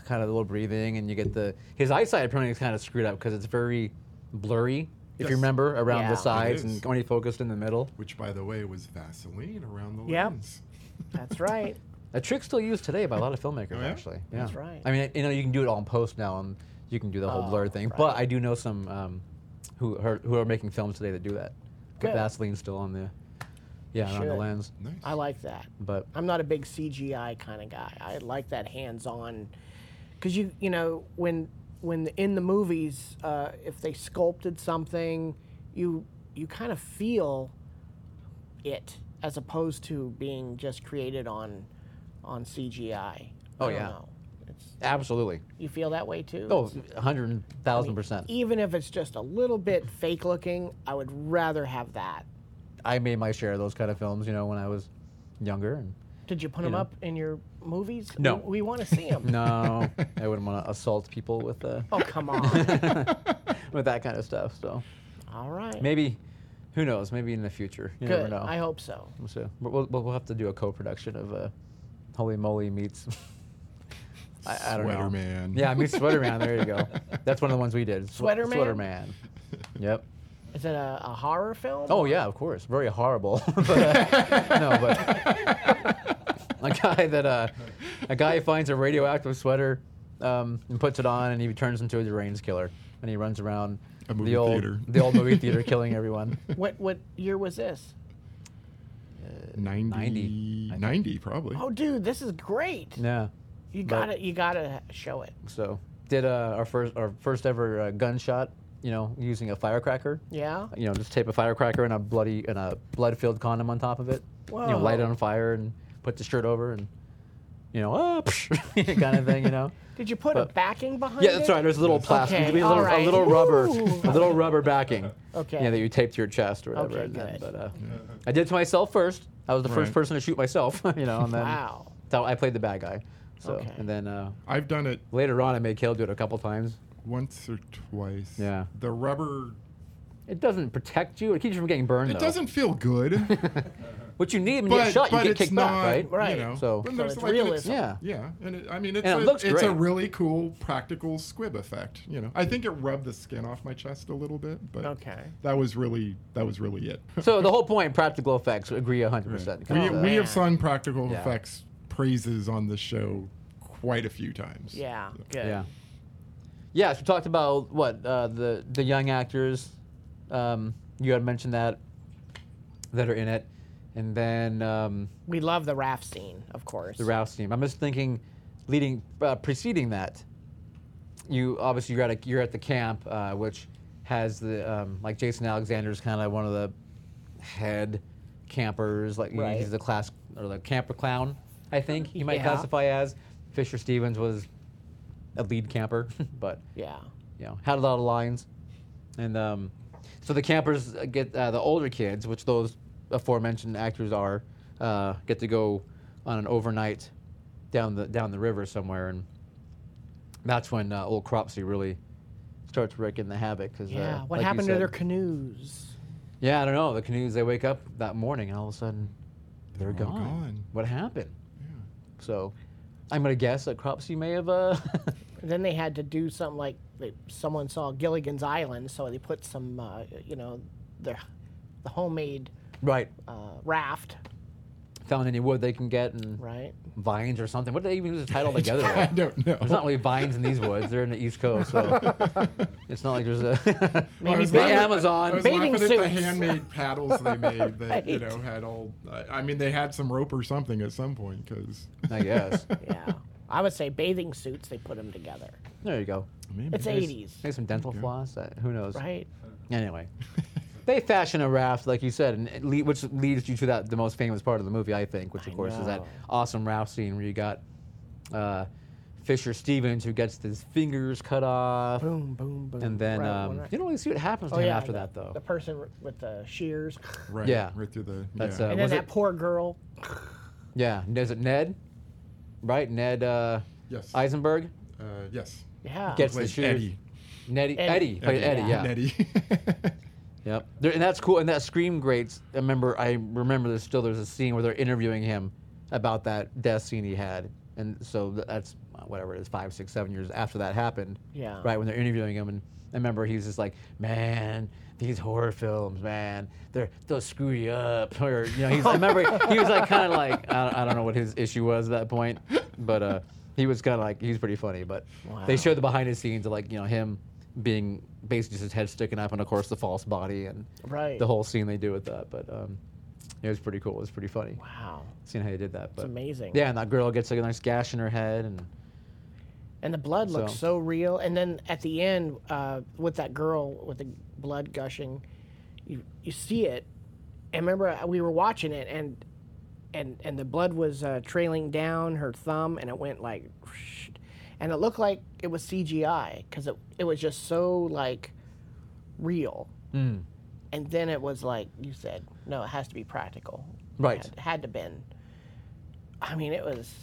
Speaker 2: kind of little breathing, and you get the his eyesight apparently is kind of screwed up because it's very blurry. If you
Speaker 1: Yes.
Speaker 2: remember, around
Speaker 3: Yeah.
Speaker 2: the
Speaker 3: It
Speaker 2: sides and
Speaker 1: is.
Speaker 2: only focused in the middle.
Speaker 1: Which by the way was Vaseline around the
Speaker 3: Yeah.
Speaker 1: lens.
Speaker 3: That's right.
Speaker 2: A trick still used today by a lot of filmmakers,
Speaker 1: Oh, yeah?
Speaker 2: actually. Yeah.
Speaker 3: That's right. Oh,
Speaker 2: I mean, you know, you can do it all in post now, and you can do the whole blur thing. But I do know some um, who are, who are making films today that do that. Get
Speaker 3: Good.
Speaker 2: Vaseline still on the, yeah, and on the
Speaker 3: Should.
Speaker 2: lens.
Speaker 1: Nice.
Speaker 3: I like that.
Speaker 2: But
Speaker 3: I'm not a big CGI kind of guy. I like that hands-on, because you you know when when in the movies, uh, if they sculpted something, you you kind of feel it as opposed to being just created on on CGI. I
Speaker 2: Oh,
Speaker 3: don't
Speaker 2: yeah.
Speaker 3: know. It's,
Speaker 2: absolutely,
Speaker 3: you feel that way too.
Speaker 2: oh, hundred thousand percent.
Speaker 3: Even if it's just a little bit fake looking, I would rather have that.
Speaker 2: I made my share of those kind of films, you know, when I was younger.
Speaker 1: <laughs>
Speaker 2: And
Speaker 3: Did you put them up in your movies?
Speaker 2: No.
Speaker 3: We, want to see
Speaker 2: <laughs>
Speaker 3: them.
Speaker 2: no, I wouldn't want to assault people with uh,
Speaker 3: Oh, come on.
Speaker 2: <laughs> with that kind of stuff. So
Speaker 3: All right.
Speaker 2: maybe, who knows? Maybe in the future, you never
Speaker 3: Good.
Speaker 2: know.
Speaker 3: I hope so.
Speaker 2: So but we'll, we'll, we'll have to do a co-production of uh, Holy Moly
Speaker 1: <laughs>
Speaker 2: meets. I, I don't know.
Speaker 1: Sweater Man. <laughs>
Speaker 2: Yeah, meets Sweater Man. There you go. That's one of the ones we did. Swe-
Speaker 3: Sweater Man?
Speaker 1: <laughs>
Speaker 2: Sweater Man. Yep.
Speaker 3: Is it a, a horror film?
Speaker 2: Oh yeah, of course. Very horrible. <laughs> but, uh, no, but <laughs> a guy that uh, a guy finds a radioactive sweater um, and puts it on, and he turns into a deranged killer, and he runs around
Speaker 1: A movie
Speaker 2: the old
Speaker 1: theater.
Speaker 2: the old movie
Speaker 1: <laughs>
Speaker 2: theater killing everyone.
Speaker 3: What what year was this?
Speaker 1: 90,
Speaker 2: 90,
Speaker 1: 90,
Speaker 2: I think.
Speaker 1: probably.
Speaker 3: Oh, dude, this is great.
Speaker 2: Yeah.
Speaker 3: You
Speaker 2: but-
Speaker 3: gotta you gotta show it.
Speaker 2: So did uh, our first our first ever uh, gunshot. You know, using a firecracker.
Speaker 3: Yeah.
Speaker 2: You know, just tape a firecracker and a bloody and a blood-filled condom on top of it. You know, light it
Speaker 3: Whoa.
Speaker 2: on fire and put the shirt over and you know, <laughs> ah, kind of thing. You know.
Speaker 3: Did you put a
Speaker 2: But-
Speaker 3: backing behind
Speaker 2: <laughs>
Speaker 3: it?
Speaker 2: Yeah, that's right. There's a little plastic,
Speaker 3: Okay,
Speaker 2: a little,
Speaker 3: alright.
Speaker 2: a little rubber,
Speaker 3: Ooh.
Speaker 2: a little rubber backing.
Speaker 3: Okay.
Speaker 2: Yeah, that you tape to your chest or whatever.
Speaker 3: Okay,
Speaker 2: and then-
Speaker 3: good.
Speaker 2: But uh, I did it to myself first. I was the first
Speaker 1: Right.
Speaker 2: person to shoot myself. <laughs> you know, and then
Speaker 3: Wow.
Speaker 2: so I played the bad guy. So
Speaker 3: Okay.
Speaker 2: and then uh,
Speaker 1: I've done it
Speaker 2: later on, I made Kale do it a couple times.
Speaker 1: once or twice.
Speaker 2: Yeah.
Speaker 1: The rubber
Speaker 2: It doesn't protect you. It keeps you from getting burned.
Speaker 1: it
Speaker 2: though.
Speaker 1: doesn't feel good.
Speaker 2: <laughs> What you need when you
Speaker 1: but
Speaker 2: get shot, you
Speaker 1: but
Speaker 2: get
Speaker 1: it's
Speaker 2: kicked
Speaker 1: not
Speaker 2: back, right?
Speaker 3: Right.
Speaker 1: You know,
Speaker 2: So-
Speaker 1: when
Speaker 3: So
Speaker 1: there's
Speaker 3: it's
Speaker 1: like- and
Speaker 3: realism.
Speaker 2: Yeah.
Speaker 1: Yeah, and it, I mean, it's
Speaker 2: And it
Speaker 1: a,
Speaker 2: looks
Speaker 1: it's a
Speaker 2: great.
Speaker 1: really cool practical squib effect. You know, I think it rubbed the skin off my chest a little bit, but
Speaker 3: Okay.
Speaker 1: that was really that was really it.
Speaker 2: So the whole point, practical effects, agree 100.
Speaker 1: <laughs>
Speaker 2: percent
Speaker 1: we we
Speaker 3: Oh, man.
Speaker 1: have sung practical
Speaker 2: Yeah.
Speaker 1: effects praises on the show quite a few times.
Speaker 3: Yeah. Good.
Speaker 2: yeah, yeah. So we talked about what uh, the the young actors. Um, you had mentioned that that are in it, and then um,
Speaker 3: We love the raft scene, of course.
Speaker 2: the Rouse team. I'm just thinking, leading uh, preceding that, you obviously you're at a, you're at the camp, uh, which has the um, like Jason Alexander's kind of one of the head campers. Like he-
Speaker 3: Right.
Speaker 2: he's the class or the camper clown. I think you might
Speaker 3: Yeah.
Speaker 2: classify as Fisher Stevens was a lead camper, <laughs> but
Speaker 3: Yeah.
Speaker 2: you know, had a lot of lines, and um, so the campers uh, get uh, the older kids, which those aforementioned actors are, uh, get to go on an overnight down the down the river somewhere, and that's when uh, old Cropsey really starts wrecking the havoc. 'cause, uh,
Speaker 3: Yeah. what
Speaker 2: like you
Speaker 3: happened to
Speaker 2: said-
Speaker 3: their canoes?
Speaker 2: Yeah, I don't know. The canoes they wake up that morning, and all of a sudden they're,
Speaker 1: They're all
Speaker 2: gone.
Speaker 1: gone.
Speaker 2: What happened? So, I'm gonna guess that Cropsey may have. Uh, <laughs>
Speaker 3: Then they had to do something like they, someone saw Gilligan's Island, so they put some, uh, you know, the, the homemade
Speaker 2: right.
Speaker 3: uh, raft
Speaker 2: found any wood they can get and
Speaker 3: Right.
Speaker 2: vines or something. What did they even use the title
Speaker 1: <laughs>
Speaker 2: together?
Speaker 1: <laughs> I don't know.
Speaker 2: There's not really vines in these woods. They're in the East
Speaker 1: <laughs>
Speaker 2: Coast, so it's not like there's a. <laughs>
Speaker 1: Well, I was
Speaker 2: the
Speaker 1: laughing-
Speaker 2: Amazon
Speaker 1: I was
Speaker 3: bathing
Speaker 1: laughing at the
Speaker 3: suits.
Speaker 1: handmade paddles
Speaker 3: <laughs>
Speaker 1: they made that you
Speaker 3: Right.
Speaker 1: know had all. I- I mean, they had some rope or something at some point because
Speaker 2: <laughs> I guess. <laughs>
Speaker 3: Yeah. I would say bathing suits. They put them together.
Speaker 2: There you go.
Speaker 3: It's eighties,
Speaker 2: Maybe some dental floss. Uh, who knows?
Speaker 3: right?
Speaker 1: <laughs>
Speaker 2: Anyway, they fashion a raft, like you said, and it lea- which leads you to that the most famous part of the movie, I think, which of
Speaker 3: I
Speaker 2: course is that
Speaker 3: know.
Speaker 2: awesome raft scene where you got uh, Fisher Stevens who gets his fingers cut off,
Speaker 3: Boom, boom, boom.
Speaker 2: and then
Speaker 3: Right,
Speaker 2: um,
Speaker 3: right.
Speaker 2: you don't really see what happens to
Speaker 3: Oh,
Speaker 2: him
Speaker 3: yeah,
Speaker 2: after
Speaker 3: the-
Speaker 2: that though.
Speaker 3: The person with the
Speaker 2: <laughs>
Speaker 3: shears,
Speaker 1: right,
Speaker 2: Yeah.
Speaker 1: right through the.
Speaker 2: That's,
Speaker 1: yeah.
Speaker 2: uh,
Speaker 3: and
Speaker 2: Was
Speaker 3: then
Speaker 2: it-
Speaker 3: that poor girl.
Speaker 2: yeah, and is it Ned? Right, Ned uh,
Speaker 1: Yes.
Speaker 2: Eisenberg
Speaker 1: uh, yes.
Speaker 3: Yeah.
Speaker 2: gets the
Speaker 1: Like
Speaker 2: shoes.
Speaker 1: Eddie.
Speaker 2: Nettie,
Speaker 3: Eddie.
Speaker 2: E- Eddie, Eddie, Eddie,
Speaker 3: Yeah.
Speaker 2: Oh, yeah. <laughs>
Speaker 1: Nettie.
Speaker 2: Yep. There, and that's cool. And that Scream Greats, I remember, I remember there's still there's a scene where they're interviewing him about that death scene he had. And so th- that's uh, whatever it is, five, six, seven years after that happened.
Speaker 3: Yeah.
Speaker 2: Right, when they're interviewing him. And I remember he's just like, man, these horror films, man, they're, they'll screw you up. <laughs> Or, you know, he's, I remember he was like, kind of like, I don't, I don't know what his issue was at that point, but uh, he was kind of like, he was pretty funny. But they
Speaker 3: Wow.
Speaker 2: showed the behind the scenes of like, you know, him being basically just his head sticking up and of course the false body and
Speaker 3: Right.
Speaker 2: the whole scene they do with that. But um, it was pretty cool. It was pretty funny
Speaker 3: Wow.
Speaker 2: seeing how they did that. But
Speaker 3: amazing.
Speaker 2: Yeah, and that girl gets like a nice gash in her head, and
Speaker 3: And the blood looks
Speaker 2: So-
Speaker 3: so, real. And then at the end, uh, with that girl with the blood gushing, you you see it. And remember, uh, we were watching it, and and and the blood was uh, trailing down her thumb, and it went like, whoosh. and it looked like it was CGI because it it was just so like real.
Speaker 2: Mm.
Speaker 3: And then it was like you said, no, it has to be practical.
Speaker 2: Right.
Speaker 3: It had to been. I mean, it was.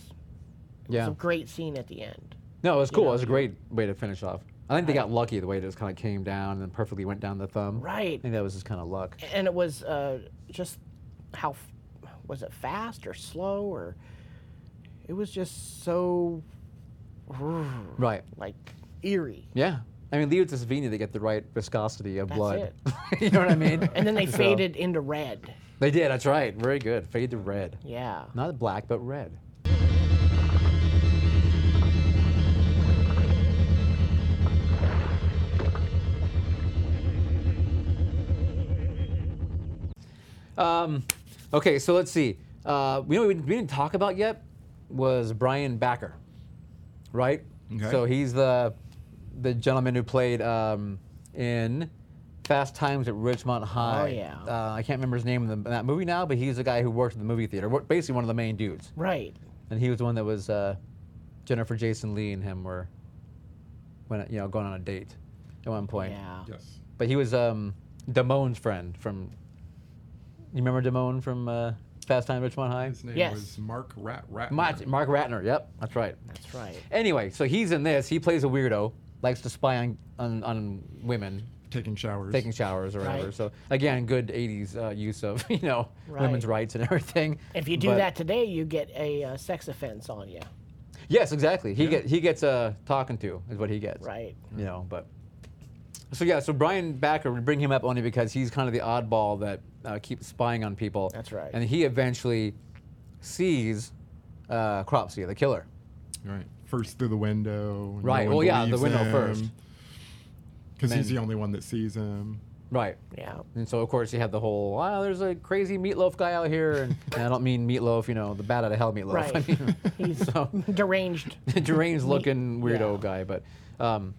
Speaker 3: It
Speaker 2: Yeah.
Speaker 3: was a great scene at the end.
Speaker 2: no, it was cool. it was a great way to finish off. I think they got lucky the way it just kind of came down and then perfectly went down the thumb. I
Speaker 3: Right.
Speaker 2: think that was just kind of luck.
Speaker 3: and it was uh, just how f- was it fast or slow or it was just so
Speaker 2: Right.
Speaker 3: like eerie
Speaker 2: Yeah. I mean, leave it to Savini to get the right viscosity of
Speaker 3: That's
Speaker 2: blood. <laughs> you know what I mean?
Speaker 3: and then <laughs> they
Speaker 2: <laughs> So-
Speaker 3: faded into red
Speaker 2: They did. That's right. Very good. Fade to red.
Speaker 3: yeah
Speaker 2: Not black, but red. Um, okay, so let's see. Uh, you know, we, we didn't talk about yet was Brian Backer, right?
Speaker 1: Okay.
Speaker 2: So he's the the gentleman who played um, in Fast Times at Ridgemont High.
Speaker 3: Oh, yeah.
Speaker 2: Uh, I can't remember his name in, the, in that movie now, but he's the guy who worked at the movie theater, wa- basically one of the main dudes,
Speaker 3: right
Speaker 2: and he was the one that was uh, Jennifer Jason Lee and him were when you know going on a date at one point.
Speaker 3: yeah
Speaker 1: yes.
Speaker 2: But he was um, Damone's friend from. You remember Damone from uh, Fast Time at Richmond High?
Speaker 1: His name
Speaker 3: Yes.
Speaker 1: was Mark Rat Rat.
Speaker 2: Mark, Mark Ratner. Yep, that's right.
Speaker 3: that's right
Speaker 2: Anyway, so he's in this. He plays a weirdo, likes to spy on on, on women
Speaker 1: taking showers.
Speaker 2: taking showers or whatever.
Speaker 3: Right.
Speaker 2: So again, good '80s uh, use of <laughs> you know women's
Speaker 3: Right.
Speaker 2: rights and everything.
Speaker 3: if you do
Speaker 2: But-
Speaker 3: that today you get a uh, sex offense on you
Speaker 2: yes, exactly. He get he gets uh, talking to is what he gets.
Speaker 3: right
Speaker 2: you know but so yeah so brian backer we bring him up only because he's kind of the oddball that uh, keeps spying on people
Speaker 3: That's right.
Speaker 2: and he eventually sees uh, cropsy the killer
Speaker 1: Right. First through the window.
Speaker 2: Right, well, yeah, the window first.
Speaker 1: Because he's
Speaker 2: Then-
Speaker 1: the only one that sees him.
Speaker 2: right
Speaker 3: yeah
Speaker 2: and so of course you have the whole ah there's a crazy meatloaf guy out here and, and i don't mean meatloaf you know the bat out of hell meatloaf <laughs>
Speaker 3: right
Speaker 2: i mean
Speaker 3: he's deranged
Speaker 2: <laughs> deranged looking weirdo
Speaker 3: yeah.
Speaker 2: guy but um,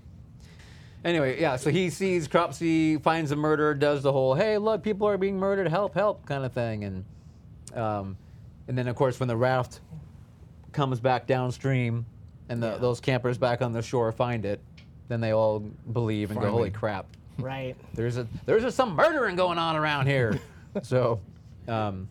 Speaker 2: anyway yeah so he sees cropsy finds the murderer does the whole hey look people are being murdered help help kind of thing and um, and then of course when the raft comes back downstream and the, those campers back on the shore find it then they all believe and go holy
Speaker 1: Finally.
Speaker 2: crap
Speaker 3: right
Speaker 2: there's a there's a, some murdering going on around <laughs> here so um,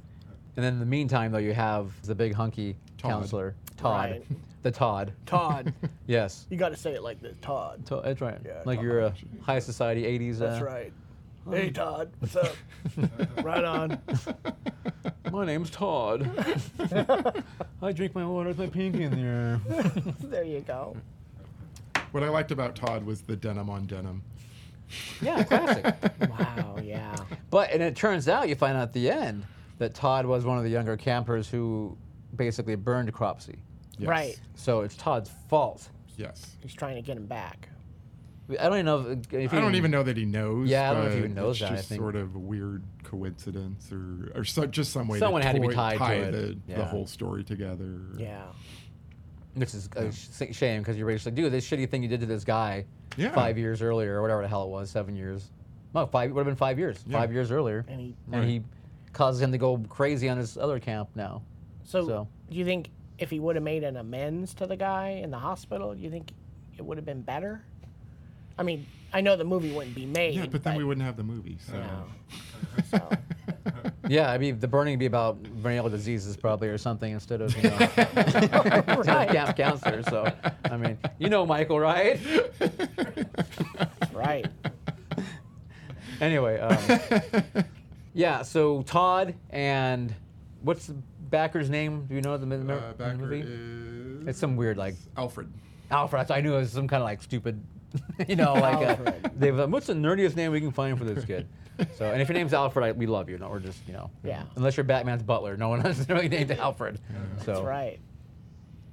Speaker 2: and then in the meantime though you have the big hunky
Speaker 1: Todd.
Speaker 2: counselor todd
Speaker 3: Right.
Speaker 2: the todd
Speaker 3: <laughs> todd
Speaker 2: <laughs> Yes.
Speaker 3: you got to say it like this todd
Speaker 2: To- That's right.
Speaker 3: Yeah,
Speaker 2: like you're a high society 80s.
Speaker 3: that's
Speaker 2: uh,
Speaker 3: right hey todd what's up <laughs> right on
Speaker 2: My name's <laughs> Todd. I drink my water with my pinky in the air.
Speaker 3: <laughs> there you go
Speaker 1: <laughs> What I liked about Todd was the denim on denim.
Speaker 2: Yeah, classic.
Speaker 3: wow yeah
Speaker 2: but, and it turns out, you find out at the end that Todd was one of the younger campers who basically burned Cropsey.
Speaker 1: Yes.
Speaker 3: Right.
Speaker 2: So it's Todd's fault.
Speaker 1: Yes.
Speaker 3: He's trying to get him back.
Speaker 2: I don't even know if, if he
Speaker 1: I don't even know that he knows.
Speaker 2: Yeah, I don't know if he
Speaker 1: but
Speaker 2: even knows
Speaker 1: it's
Speaker 2: that, I
Speaker 1: Just
Speaker 2: think.
Speaker 1: sort of a weird coincidence, or or so, just some way.
Speaker 2: Someone
Speaker 1: to
Speaker 2: had to be
Speaker 1: toy-
Speaker 2: tied to
Speaker 1: tie
Speaker 2: it.
Speaker 1: The, the
Speaker 2: Yeah.
Speaker 1: whole story together.
Speaker 3: Yeah.
Speaker 2: Which is a sh- shame because you're basically, dude, this shitty thing you did to this guy
Speaker 1: Yeah.
Speaker 2: five years earlier, or whatever the hell it was, seven years. No, five would have been five years.
Speaker 1: Yeah.
Speaker 2: Five years earlier,
Speaker 3: And he-
Speaker 2: and he causes him to go crazy on his other camp
Speaker 1: <laughs>
Speaker 2: now.
Speaker 3: So,
Speaker 2: So-
Speaker 3: do you think if he would have made an amends to the guy in the hospital, do you think it would have been better? I mean, I know the movie wouldn't be made.
Speaker 1: Yeah, but then we wouldn't have the movie. So.
Speaker 3: Yeah.
Speaker 2: Yeah, I mean, the burning would be about venereal diseases probably or something instead of you know, <laughs>
Speaker 3: <laughs> Right.
Speaker 2: camp counselor. So, I mean, you know Michael, right?
Speaker 1: <laughs>
Speaker 3: right.
Speaker 2: Anyway,
Speaker 1: <laughs>
Speaker 2: um,
Speaker 1: Uh,
Speaker 2: yeah. So Todd and what's the backer's name? Do you know the, mi- mi-
Speaker 1: Uh,
Speaker 2: the
Speaker 1: backer
Speaker 2: movie?
Speaker 1: is
Speaker 2: It's some weird like
Speaker 1: Alfred.
Speaker 2: Alfred. I thought- I knew it was some kind of like stupid, <laughs> you know, like uh,
Speaker 3: Alfred.
Speaker 2: they've um, what's the nerdiest name we can find for this
Speaker 3: <laughs>
Speaker 2: kid. So, and if your name's Alfred, I, we love you. No, we're just you know,
Speaker 3: Yeah.
Speaker 2: Unless you're Batman's butler, no one has really named Alfred. So
Speaker 3: That's right.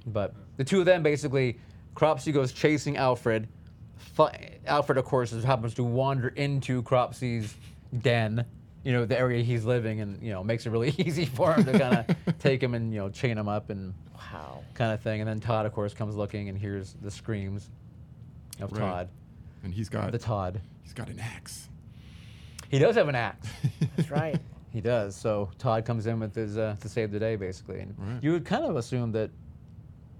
Speaker 2: But the two of them basically, Cropsy goes chasing Alfred. Fi- Alfred, of course, is- happens to wander into Cropsy's den, you know, the area he's living, and you know, makes it really <laughs> easy for him to
Speaker 3: <laughs>
Speaker 2: kind of take him and you know, chain him up and
Speaker 3: Wow.
Speaker 2: kind of thing. And then Todd, of course, comes looking and hears the screams of
Speaker 1: Right.
Speaker 2: Todd,
Speaker 1: And he's got
Speaker 2: the Todd.
Speaker 1: he's got an axe.
Speaker 2: He does have
Speaker 1: <laughs>
Speaker 2: an axe. <laughs>
Speaker 3: That's right.
Speaker 2: He does. So Todd comes in with his uh, to save the day, basically. And
Speaker 1: Right.
Speaker 2: you would kind of assume that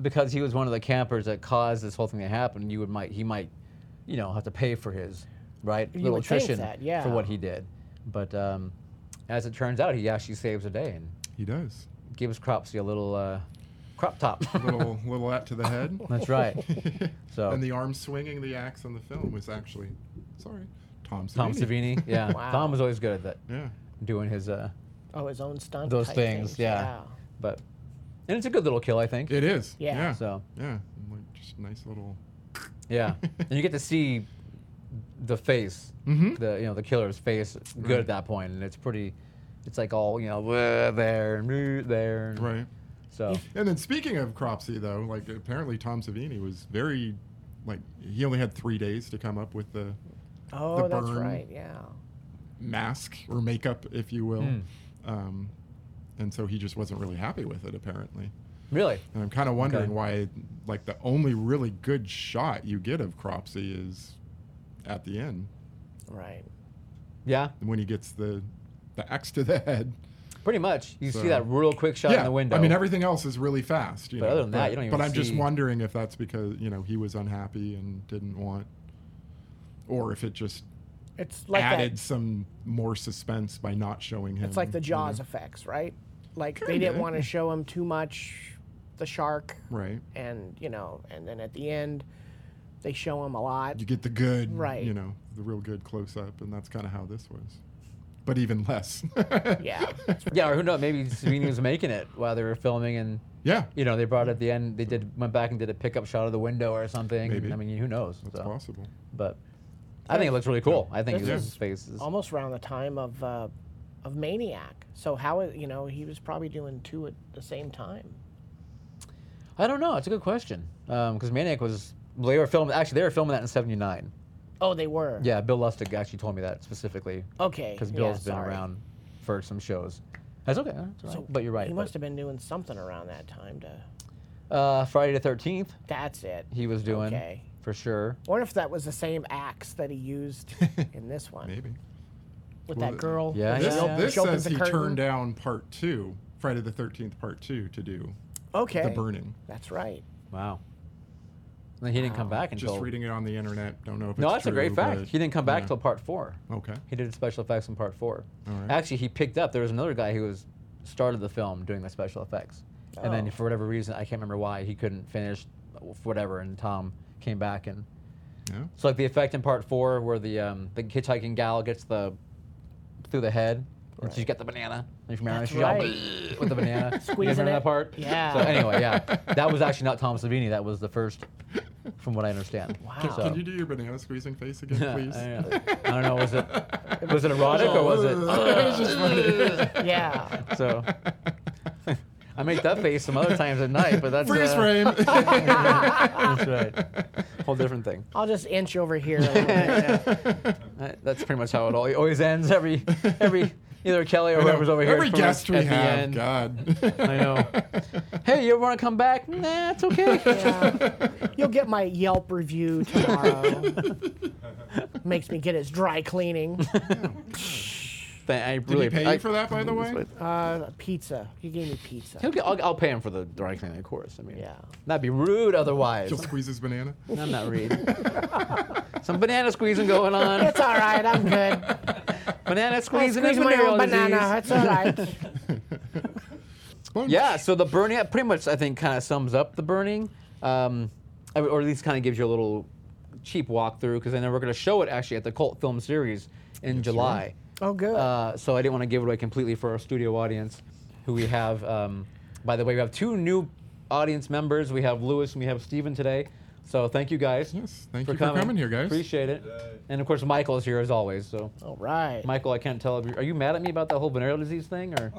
Speaker 2: because he was one of the campers that caused this whole thing to happen, you would might he might, you know, have to pay for his right
Speaker 3: You
Speaker 2: little
Speaker 3: would think
Speaker 2: attrition
Speaker 3: that, yeah.
Speaker 2: for what he did. But um, as it turns out, he actually saves the day and
Speaker 1: He does.
Speaker 2: gives Cropsy a little uh, crop top.
Speaker 1: <laughs>
Speaker 2: <laughs>
Speaker 1: Little little at to the head. <laughs>
Speaker 2: That's right. So
Speaker 1: And the arm swinging the axe on the film was actually, sorry, Tom Savini.
Speaker 2: Tom Savini,
Speaker 1: <laughs>
Speaker 2: yeah,
Speaker 3: Wow.
Speaker 2: Tom was always good at that,
Speaker 1: Yeah.
Speaker 2: doing his uh,
Speaker 3: Oh, his own stunt.
Speaker 2: those
Speaker 3: type
Speaker 2: things, yeah. But and it's a good little kill, I think.
Speaker 1: It is.
Speaker 3: Yeah.
Speaker 1: Yeah.
Speaker 2: So.
Speaker 1: Yeah. and, Like just nice little. <laughs>
Speaker 2: Yeah, and you get to see the face,
Speaker 1: Mm-hmm.
Speaker 2: the you know the killer's face, good at that point, and it's pretty. It's like all you know "Wah, there and "Wah, there. and-
Speaker 1: Right.
Speaker 2: So
Speaker 1: And then speaking of Cropsy, though, like apparently Tom Savini was very, like he only had three days to come up with the
Speaker 3: Yeah. Oh,
Speaker 1: The
Speaker 3: that's
Speaker 1: burn.
Speaker 3: right. Yeah.
Speaker 1: mask or makeup, if you will.
Speaker 2: Hmm.
Speaker 1: Um, and so he just wasn't really happy with it, apparently.
Speaker 2: really,
Speaker 1: And I'm kind of wondering
Speaker 2: Okay.
Speaker 1: why, like, the only really good shot you get of Cropsy is at the end
Speaker 3: Right.
Speaker 2: yeah,
Speaker 1: when he gets the the axe to the head.
Speaker 2: pretty much. You see
Speaker 1: So-
Speaker 2: that real quick shot
Speaker 1: yeah,
Speaker 2: in the window.
Speaker 1: I mean, everything else is really fast. You
Speaker 2: But
Speaker 1: know,
Speaker 2: other than that, you don't even
Speaker 1: But I'm just
Speaker 2: see-
Speaker 1: wondering if that's because you know he was unhappy and didn't want, or if it just
Speaker 3: It's like
Speaker 1: added
Speaker 3: that.
Speaker 1: some more suspense by not showing him.
Speaker 3: It's like the
Speaker 1: you know?
Speaker 3: Jaws effects, right? Like they didn't
Speaker 1: Kinda.
Speaker 3: want to show him too much, the shark,
Speaker 1: right?
Speaker 3: and you know, and then at the end, they show him a lot.
Speaker 1: You get the good,
Speaker 3: Right.
Speaker 1: You know, the real good close up, and that's kind of how this was, but even less. <laughs>
Speaker 3: Yeah.
Speaker 2: yeah, or who knows? Maybe Savini was making it while they were filming, and
Speaker 1: yeah,
Speaker 2: you know they brought it at the end. They did went back and did a pickup shot of the window or something.
Speaker 1: Maybe.
Speaker 2: I mean, who knows?
Speaker 1: that's
Speaker 2: so,
Speaker 1: possible.
Speaker 2: But I think it looks really cool. I think
Speaker 3: This
Speaker 2: his
Speaker 3: is
Speaker 2: face is
Speaker 3: almost around the time of uh, of Maniac. So how it- you know he was probably doing two at the same time.
Speaker 2: I don't know. It's a good question. Because Maniac was they were filming. Actually, they were filming that in '79.
Speaker 3: Oh, they were.
Speaker 2: Yeah, Bill Lustig actually told me that specifically
Speaker 3: Okay.
Speaker 2: because
Speaker 3: yeah,
Speaker 2: Bill's been
Speaker 3: sorry.
Speaker 2: around for some shows. That's okay. That's all right.
Speaker 3: So
Speaker 2: but you're right.
Speaker 3: He
Speaker 2: but,
Speaker 3: must have been doing something around that time to.
Speaker 2: uh, Friday the 13th,
Speaker 3: That's it.
Speaker 2: he was doing
Speaker 3: Okay.
Speaker 2: for sure.
Speaker 3: I wonder if that was the same axe that he used
Speaker 1: <laughs>
Speaker 3: in this one
Speaker 1: Maybe.
Speaker 3: with
Speaker 1: Well,
Speaker 3: that girl.
Speaker 2: yeah,
Speaker 3: who
Speaker 1: This,
Speaker 3: just-
Speaker 2: yeah.
Speaker 1: this
Speaker 3: she opens
Speaker 1: says
Speaker 3: the
Speaker 1: he
Speaker 3: curtain.
Speaker 1: turned down part two, Friday the Thirteenth Part Two, to do
Speaker 3: Okay.
Speaker 1: the burning.
Speaker 3: That's right.
Speaker 2: Wow. And then he didn't come back until.
Speaker 1: Just reading it on the internet. Don't know if
Speaker 2: no,
Speaker 1: it's
Speaker 2: that's a great
Speaker 1: true,
Speaker 2: fact.
Speaker 1: but-
Speaker 2: He didn't come back
Speaker 1: yeah.
Speaker 2: till part four.
Speaker 1: Okay.
Speaker 2: He did special effects in part four.
Speaker 1: All right.
Speaker 2: Actually, he picked up. There was another guy who was started the film doing the special effects, and
Speaker 1: Oh.
Speaker 2: then for whatever reason, I can't remember why he couldn't finish, whatever. And Tom came back and
Speaker 1: Yeah.
Speaker 2: so like the effect in part four where the um, the hitchhiking gal gets the through the head. And she's got the banana. And you remember
Speaker 3: That's
Speaker 2: she's all <laughs>
Speaker 3: right.
Speaker 2: with the
Speaker 3: <laughs>
Speaker 2: banana. You guys
Speaker 3: Squeezing
Speaker 2: remember
Speaker 3: it.
Speaker 2: that part?
Speaker 3: Yeah.
Speaker 2: So anyway, yeah. That was actually not Tom Savini. That was the first from what I understand. Wow.
Speaker 1: Can, can you do your banana squeezing face
Speaker 2: <laughs>
Speaker 1: again, <laughs> please?
Speaker 2: I, don't know. I don't know. Was it was it erotic or
Speaker 1: <laughs>
Speaker 2: was it?
Speaker 1: Oh, It was just funny.
Speaker 3: Yeah.
Speaker 2: So I make that face some other times at night, but <laughs> that's
Speaker 1: Freeze
Speaker 2: uh,
Speaker 1: frame.
Speaker 2: That's right. Whole different thing.
Speaker 3: I'll just inch over here. a
Speaker 1: <laughs>
Speaker 3: little bit.
Speaker 2: Uh, That's pretty much how it all, it always ends. Every every either Kelly or <laughs> whoever's
Speaker 1: <laughs>
Speaker 2: over here.
Speaker 1: Every
Speaker 2: from us
Speaker 1: guest we
Speaker 2: at the
Speaker 1: have,
Speaker 2: end.
Speaker 1: God. <laughs>
Speaker 2: I know. hey, you want to come back? Nah, it's okay.
Speaker 3: Yeah. You'll get my Yelp review tomorrow. Makes me get his dry cleaning.
Speaker 2: Thank- I
Speaker 1: Did
Speaker 2: really
Speaker 1: he pay
Speaker 2: I-
Speaker 1: you for that, by
Speaker 2: <laughs>
Speaker 1: the way?
Speaker 3: Uh, pizza. He gave me
Speaker 2: He'll
Speaker 3: pizza.
Speaker 2: get, I'll, I'll pay him for the dry cleaning, of course. I mean,
Speaker 3: Yeah.
Speaker 2: that'd be rude otherwise.
Speaker 1: She'll squeeze his
Speaker 2: <laughs>
Speaker 1: banana.
Speaker 2: I'm
Speaker 1: <laughs>
Speaker 2: not rude. Some banana squeezing going on.
Speaker 3: It's all right. I'm
Speaker 2: <laughs>
Speaker 3: good.
Speaker 2: Banana
Speaker 3: I
Speaker 2: squeezing is
Speaker 3: squeeze my own
Speaker 2: venereal disease. <laughs>
Speaker 3: banana. It's all right.
Speaker 1: Sponge.
Speaker 2: Yeah, so the burning uh, pretty much I think kind of sums up the burning, um, I mean, or at least kind of gives you a little cheap walkthrough because I know we're going to show it actually at the cult film series in July.
Speaker 3: Oh, good.
Speaker 2: Uh, so I didn't want to give it away completely for our studio audience, who we have. Um, by the way, we have two new audience members. We have Lewis and we have Steven today. So thank you guys.
Speaker 1: Yes, thank you for coming here, guys.
Speaker 2: Appreciate it. And of course, Michael is here as always. So.
Speaker 3: all right.
Speaker 2: Michael, I can't tell. If you are you mad at me about that whole venereal disease thing, or?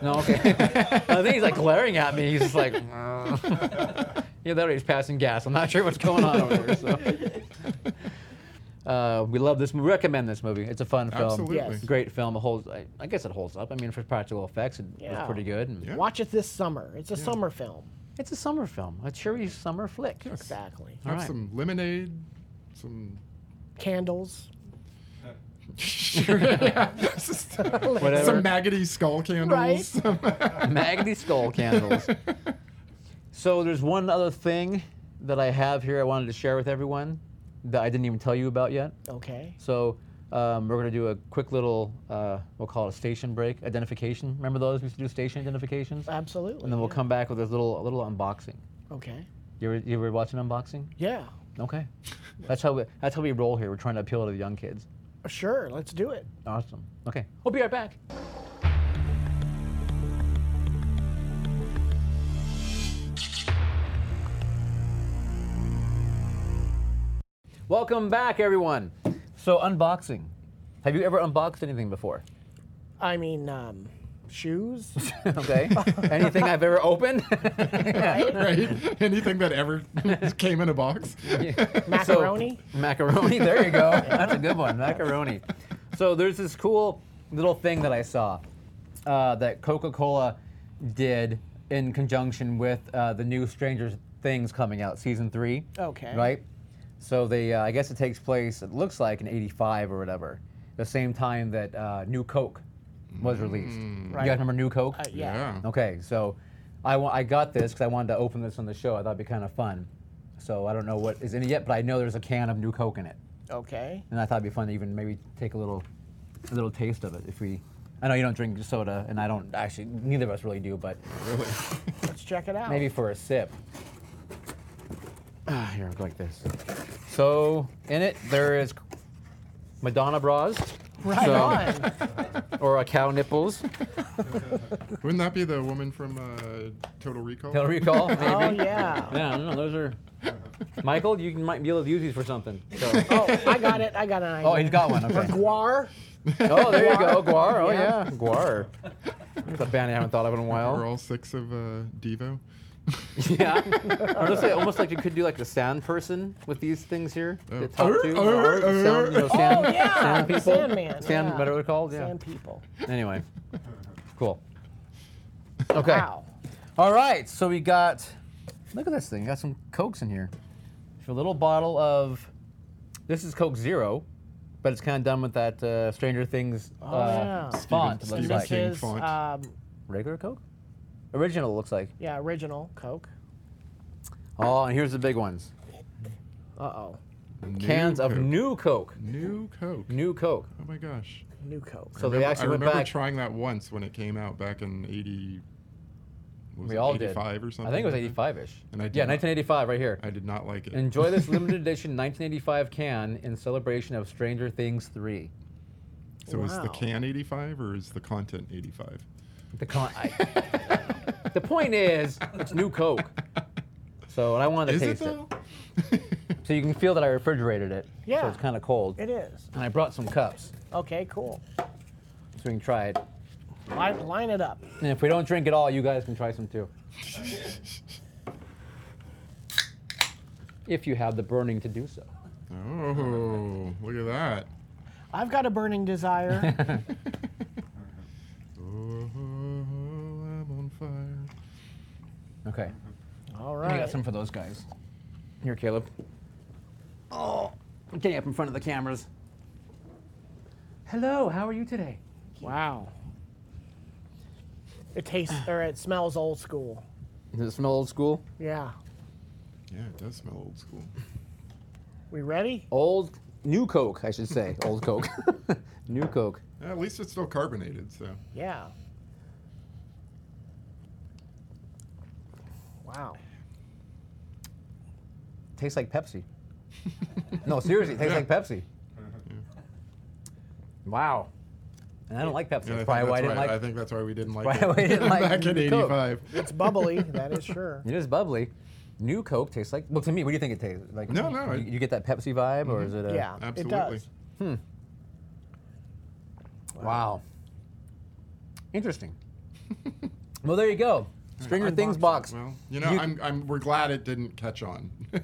Speaker 2: no. okay.
Speaker 3: <laughs>
Speaker 2: I think he's like glaring at me. He's just like, "Mm." yeah, that he's passing gas. I'm not sure what's going on over there.
Speaker 3: <laughs>
Speaker 2: So. Uh, we love this movie. Recommend this movie. It's a fun film.
Speaker 1: Absolutely.
Speaker 3: Yes.
Speaker 2: Great film. It holds. I, I guess it holds up. I mean, for practical effects, it was
Speaker 3: Yeah.
Speaker 2: pretty good. and-
Speaker 1: Yeah.
Speaker 3: Watch it this summer. It's a summer film.
Speaker 2: It's a summer film. A cheery summer flick.
Speaker 3: Exactly.
Speaker 1: Have
Speaker 2: right.
Speaker 1: some lemonade,
Speaker 2: <laughs>
Speaker 1: some. <laughs>
Speaker 3: Candles.
Speaker 1: Sure, yeah. some
Speaker 2: Whatever.
Speaker 1: maggoty skull <laughs> candles.
Speaker 2: Magni Skull candles. So there's one other thing that I have here I wanted to share with everyone that I didn't even tell you about yet.
Speaker 3: Okay.
Speaker 2: So um, we're gonna do a quick little, uh, we'll call it a station break identification. Remember those we used to do station identifications?
Speaker 3: Absolutely.
Speaker 2: And then we'll come back with a little, a little unboxing.
Speaker 3: Okay.
Speaker 2: You ever, you ever watch an unboxing?
Speaker 3: Yeah.
Speaker 2: Okay. That's how we, that's how we roll here. We're trying to appeal to the young kids.
Speaker 3: Sure. Let's do it.
Speaker 2: Awesome. Okay. We'll be right back. Welcome back, everyone. So, unboxing. Have you ever unboxed anything <laughs> before?
Speaker 3: I mean, um, shoes. Uh,
Speaker 2: Okay. anything I've ever opened? <laughs>
Speaker 1: right? Anything that ever came in a box.
Speaker 3: Macaroni?
Speaker 2: <laughs> So, macaroni. There you go. <laughs> That's a good one. Macaroni. So there's this cool little thing that I saw uh, that Coca-Cola did in conjunction with uh, the new Stranger Things coming out, season three.
Speaker 3: Okay.
Speaker 2: Right. So they, uh, I guess it takes place. It looks like in '85 or whatever, the same time that uh, New Coke was released. You
Speaker 3: Right.
Speaker 2: guys remember New Coke?
Speaker 3: Uh, yeah.
Speaker 1: Yeah.
Speaker 2: Okay, so I, wa- I got this because I wanted to open this on the show. I thought it'd be kind of fun. So I don't know what is in it yet, but I know there's a can of New Coke in it,
Speaker 3: Okay.
Speaker 2: and I thought it'd be fun to even maybe take a little, a little taste of it. If we, I know you don't drink soda, and I don't actually. Neither of us really do, but
Speaker 3: Let's check it out.
Speaker 2: maybe for a sip. Ah, here, go like this. So in it there is Madonna bras,
Speaker 3: Right
Speaker 2: so- <laughs>
Speaker 3: on.
Speaker 2: or a cow
Speaker 3: <laughs>
Speaker 2: nipples.
Speaker 1: Wouldn't that be the woman from uh, Total Recall?
Speaker 2: Total recall, maybe.
Speaker 3: Oh yeah.
Speaker 2: Yeah, I don't know. Those are. Michael, you can- might be able to use these for something. So.
Speaker 3: Oh, I got it. I got an idea.
Speaker 2: <laughs> Oh, he's got one. Okay.
Speaker 3: Guar.
Speaker 2: Oh, there you go.
Speaker 3: Guar.
Speaker 2: Guar. Oh, yeah.
Speaker 3: Yeah.
Speaker 2: Guar. It's a band I haven't thought of in a
Speaker 1: We're
Speaker 2: while.
Speaker 1: all six of uh, Devo.
Speaker 2: Yeah. Honestly, almost like you could do like the sound person with these things here. The top
Speaker 1: Arr,
Speaker 2: two.
Speaker 1: arr,
Speaker 2: Arr, sound, you know,
Speaker 3: Oh
Speaker 2: sound.
Speaker 3: yeah.
Speaker 2: Sand people.
Speaker 3: Sandman.
Speaker 2: Sand,
Speaker 3: yeah.
Speaker 2: what are they called? Yeah.
Speaker 3: Sand people.
Speaker 2: <laughs> Anyway, cool. Okay.
Speaker 3: Wow.
Speaker 2: All right. So we got. Look at this thing. Got some cokes in here. A little bottle of. This is Coke Zero, but it's kind of done with that uh, Stranger Things
Speaker 1: Oh,
Speaker 2: uh,
Speaker 3: yeah.
Speaker 2: font. it
Speaker 1: Stephen-
Speaker 2: looks
Speaker 1: Stephen
Speaker 2: like
Speaker 3: This
Speaker 1: King
Speaker 3: is
Speaker 1: font.
Speaker 3: um,
Speaker 2: regular Coke. Original looks like.
Speaker 3: yeah original Coke.
Speaker 2: Oh, and here's the big ones.
Speaker 3: Uh oh.
Speaker 1: New
Speaker 2: Cans of
Speaker 1: Coke.
Speaker 2: new Coke.
Speaker 1: New Coke.
Speaker 2: New Coke.
Speaker 1: Oh my gosh.
Speaker 3: New Coke.
Speaker 2: So
Speaker 1: Remember-
Speaker 2: they actually
Speaker 1: I
Speaker 2: went
Speaker 1: remember
Speaker 2: back.
Speaker 1: trying that once when it came out back in 80. what was
Speaker 2: we
Speaker 1: it,
Speaker 2: all
Speaker 1: 85
Speaker 2: did.
Speaker 1: or something.
Speaker 2: I think it was
Speaker 1: like that?
Speaker 2: 85-ish.
Speaker 1: And I did
Speaker 2: yeah,
Speaker 1: not-
Speaker 2: 1985, right here.
Speaker 1: I did not like it. <laughs>
Speaker 2: Enjoy this limited edition 1985 can in celebration of Stranger Things 3.
Speaker 1: so is the
Speaker 3: Wow.
Speaker 1: can 85 or is the content 85?
Speaker 2: The con- I, the point is, it's new Coke. So, and I wanted to
Speaker 1: Is it
Speaker 2: taste it.
Speaker 1: though?
Speaker 2: so you can feel that I refrigerated it. So
Speaker 3: Yeah.
Speaker 2: it's kind of cold.
Speaker 3: It is.
Speaker 2: And I brought some cups
Speaker 3: Okay, cool.
Speaker 2: so we can try it.
Speaker 3: Line, line it up.
Speaker 2: And if we don't drink it all, you guys can try some too. if you have the burning to do so.
Speaker 1: Oh, look at that.
Speaker 3: I've got a
Speaker 2: <laughs>
Speaker 3: burning desire.
Speaker 1: Oh, I'm on fire.
Speaker 2: Okay.
Speaker 3: All
Speaker 2: I
Speaker 3: right.
Speaker 2: got some for those guys. Here, Caleb. Oh, I'm getting up in front of the cameras. Hello, how are you today?
Speaker 3: Wow. It tastes or it smells old school.
Speaker 2: Does it smell old school?
Speaker 3: Yeah.
Speaker 1: Yeah, it does smell old school.
Speaker 3: We ready?
Speaker 2: Old, new Coke, I should say. old Coke. <laughs> new Coke.
Speaker 1: Yeah, at least it's still carbonated, so.
Speaker 3: Yeah. Wow.
Speaker 2: Tastes like Pepsi. no, seriously, it tastes
Speaker 1: <laughs>
Speaker 2: like Pepsi. Wow. And I don't like Pepsi.
Speaker 1: Yeah, I
Speaker 2: That's
Speaker 1: think
Speaker 2: probably why I
Speaker 1: that's
Speaker 2: didn't
Speaker 1: I
Speaker 2: like
Speaker 1: think that's why we didn't like
Speaker 2: why
Speaker 1: it.
Speaker 2: we didn't like
Speaker 1: <laughs> Back in
Speaker 2: New Coke.
Speaker 1: '85.
Speaker 3: It's bubbly, that is sure.
Speaker 2: It is bubbly. New Coke tastes like. Well, to me, what do you think it tastes like?
Speaker 1: No, Mm-hmm. no,
Speaker 2: You,
Speaker 1: it-
Speaker 2: you get that Pepsi vibe, or is it a?
Speaker 3: Yeah, it
Speaker 1: Absolutely.
Speaker 3: does.
Speaker 2: Wow. Interesting. well, there you go. Stranger Things box.
Speaker 1: Well, you know,
Speaker 2: You-
Speaker 1: I'm, I'm, we're glad it didn't catch on. <laughs>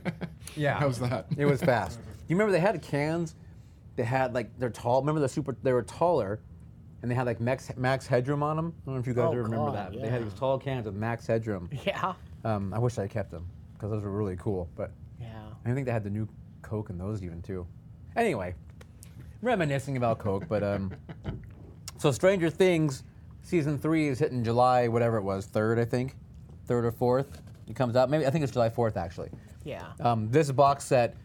Speaker 2: Yeah.
Speaker 1: How's that?
Speaker 2: It was fast. <laughs> You remember they had cans. They had like they're tall. Remember the super? They were taller, and they had like max max headroom on them. I don't know if you guys
Speaker 3: Oh,
Speaker 2: remember
Speaker 3: God,
Speaker 2: that. But They had
Speaker 3: yeah.
Speaker 2: these tall cans with max headroom.
Speaker 3: <laughs> Yeah.
Speaker 2: Um, I wish I kept them because those were really cool. But
Speaker 3: Yeah.
Speaker 2: I think they had the new Coke in those even too. Anyway, reminiscing about Coke, but um, so Stranger Things season three is hitting July, whatever it was, third I think, third or fourth. It comes out maybe I think it's July fourth actually.
Speaker 3: Yeah.
Speaker 2: Um, this box set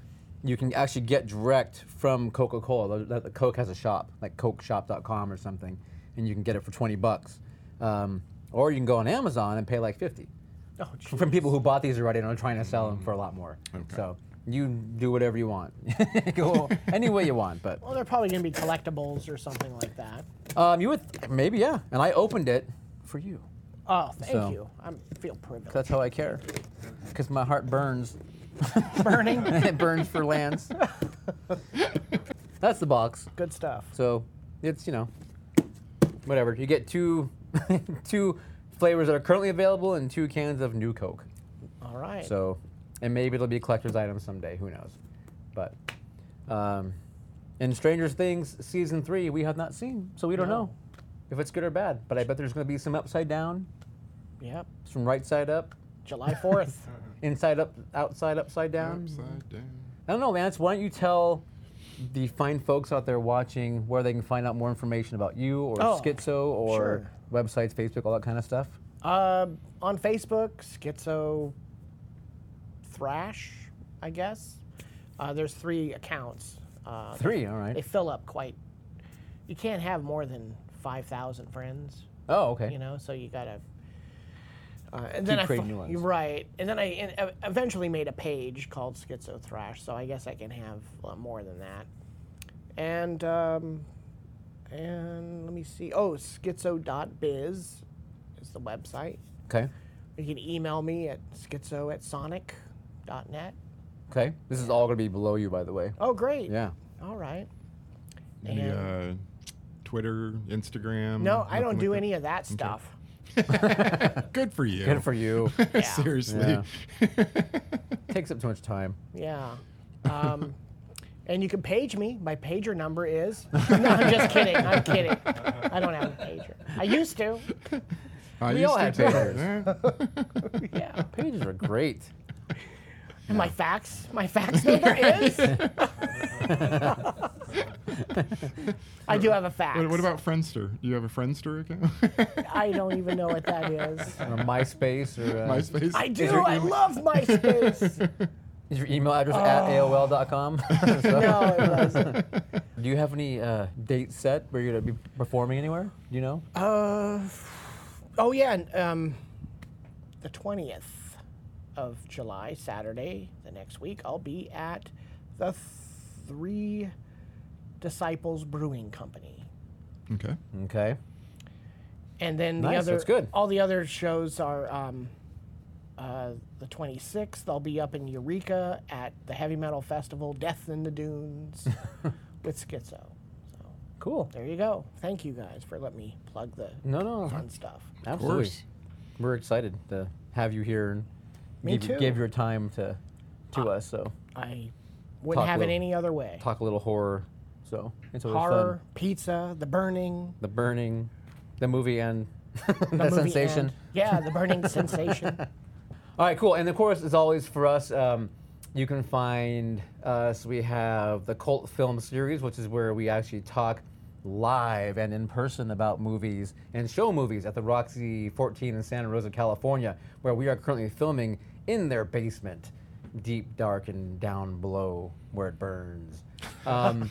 Speaker 2: you can actually get direct from Coca-Cola. The- the Coke has a shop, like CokeShop.com or something, and you can get it for twenty bucks. Um, or you can go on Amazon and pay like fifty
Speaker 3: Oh, gee.
Speaker 2: from people who bought these already and are trying to sell them for a lot more. So you do whatever you want, <laughs> go any way you want. But
Speaker 3: Well, they're probably going to be collectibles or something like that.
Speaker 2: um, you would maybe yeah. And I opened it for you.
Speaker 3: Oh, thank
Speaker 2: So-
Speaker 3: you. I feel privileged.
Speaker 2: That's <laughs> how I care, because my heart burns.
Speaker 3: <laughs>
Speaker 2: <laughs>
Speaker 3: Burning.
Speaker 2: it burns for Lance. That's the box.
Speaker 3: Good stuff.
Speaker 2: So it's you know whatever. You get two <laughs> two flavors that are currently available and two cans of new Coke.
Speaker 3: All right.
Speaker 2: So, and maybe it'll be a collector's item someday. Who knows? But um, in Stranger Things season three, we have not seen, so we don't
Speaker 3: No.
Speaker 2: know if it's good or bad. But I bet there's going to be some upside down,
Speaker 3: yep.
Speaker 2: some right side up,
Speaker 3: July 4th. <laughs>
Speaker 2: inside up, outside upside down.
Speaker 1: Upside down.
Speaker 2: I don't know, Lance. Why don't you tell the fine folks out there watching where they can find out more information about you or
Speaker 3: Oh,
Speaker 2: Schizo or
Speaker 3: sure.
Speaker 2: websites, Facebook, all that kind of stuff?
Speaker 3: uh, on Facebook, Schizo Thrash, I guess. Uh, there's three accounts. Uh, they-
Speaker 2: Three, all
Speaker 3: They
Speaker 2: right.
Speaker 3: fill up quite. You can't have more than 5,000 friends.
Speaker 2: Oh, okay.
Speaker 3: you know so you gotta uh, and then I
Speaker 2: creating
Speaker 3: fi-
Speaker 2: new ones.
Speaker 3: you're right and then i and, uh, eventually made a page called schizo thrash so i guess i can have a lot more than that and um, and let me see oh schizo.biz is the website
Speaker 2: Okay.
Speaker 3: you can email me at schizo at sonic.net
Speaker 2: Okay. This is all going to be below you, by the way.
Speaker 3: oh great
Speaker 2: Yeah. Mm-hmm.
Speaker 3: all right
Speaker 1: Any
Speaker 3: And-
Speaker 1: uh, Twitter, Instagram?
Speaker 3: no i don't
Speaker 1: nothing
Speaker 3: do
Speaker 1: like
Speaker 3: any of that stuff
Speaker 1: that? <laughs> Good for you.
Speaker 2: Good for
Speaker 3: <laughs>
Speaker 2: you.
Speaker 1: Seriously.
Speaker 2: Yeah.
Speaker 1: <laughs>
Speaker 2: Takes up too much time.
Speaker 3: Yeah. Um, <laughs> and you can page me. My pager number is. <laughs> No, I'm just kidding. I'm kidding. I don't have a pager. I used to.
Speaker 1: I
Speaker 2: We
Speaker 1: used
Speaker 2: all
Speaker 1: to
Speaker 2: had
Speaker 1: do it.
Speaker 2: pagers.
Speaker 1: <laughs>
Speaker 3: Yeah.
Speaker 2: Pages are great.
Speaker 3: And my fax. My fax <laughs> number is. I do have a fax.
Speaker 1: What, what about Friendster? Do you have a Friendster account? <laughs>
Speaker 3: I don't even know what that is.
Speaker 2: Or MySpace or uh,
Speaker 1: MySpace?
Speaker 3: I do.
Speaker 2: your
Speaker 3: I
Speaker 2: email-
Speaker 3: love MySpace.
Speaker 2: is your email address at
Speaker 3: <laughs>
Speaker 2: AOL.com. so,
Speaker 3: Oh. no,
Speaker 2: <laughs>
Speaker 3: it wasn't.
Speaker 2: Do you have any uh, date set where you're going to be performing anywhere? Do you know?
Speaker 3: Uh, oh yeah, and, um, the twentieth of July, Saturday, the next week, I'll be at the Three Disciples Brewing Company,
Speaker 1: Okay.
Speaker 2: Okay.
Speaker 3: and then the
Speaker 2: Nice,
Speaker 3: other
Speaker 2: that's good.
Speaker 3: all the other shows are um, uh, the 26th, I'll be up in Eureka at the Heavy Metal Festival, Death in
Speaker 2: <laughs>
Speaker 3: the Dunes, with Schizo. So
Speaker 2: Cool.
Speaker 3: there you go. Thank you guys for letting me plug the
Speaker 2: No, no,
Speaker 3: fun stuff.
Speaker 2: absolutely.
Speaker 1: course.
Speaker 2: We're excited to have you here and
Speaker 3: Me
Speaker 2: give,
Speaker 3: too. Ah.
Speaker 2: give your time to to us. So
Speaker 3: I wouldn't
Speaker 2: Talk
Speaker 3: have it
Speaker 2: little-
Speaker 3: any other way.
Speaker 2: talk a little horror. So it's always
Speaker 3: Horror,
Speaker 2: fun.
Speaker 3: pizza, the burning,
Speaker 2: The burning, the movie, and <laughs>
Speaker 3: the
Speaker 2: that
Speaker 3: movie
Speaker 2: sensation.
Speaker 3: end. Yeah, the
Speaker 2: <laughs>
Speaker 3: burning sensation.
Speaker 2: All right, cool. And of course, as always for us, um, you can find us. We have the Cult Film Series, which is where we actually talk live and in person about movies and show movies at the Roxy 14 in Santa Rosa, California, where we are currently filming in their basement, deep, dark, and down below where it burns.
Speaker 3: <laughs>
Speaker 2: Um,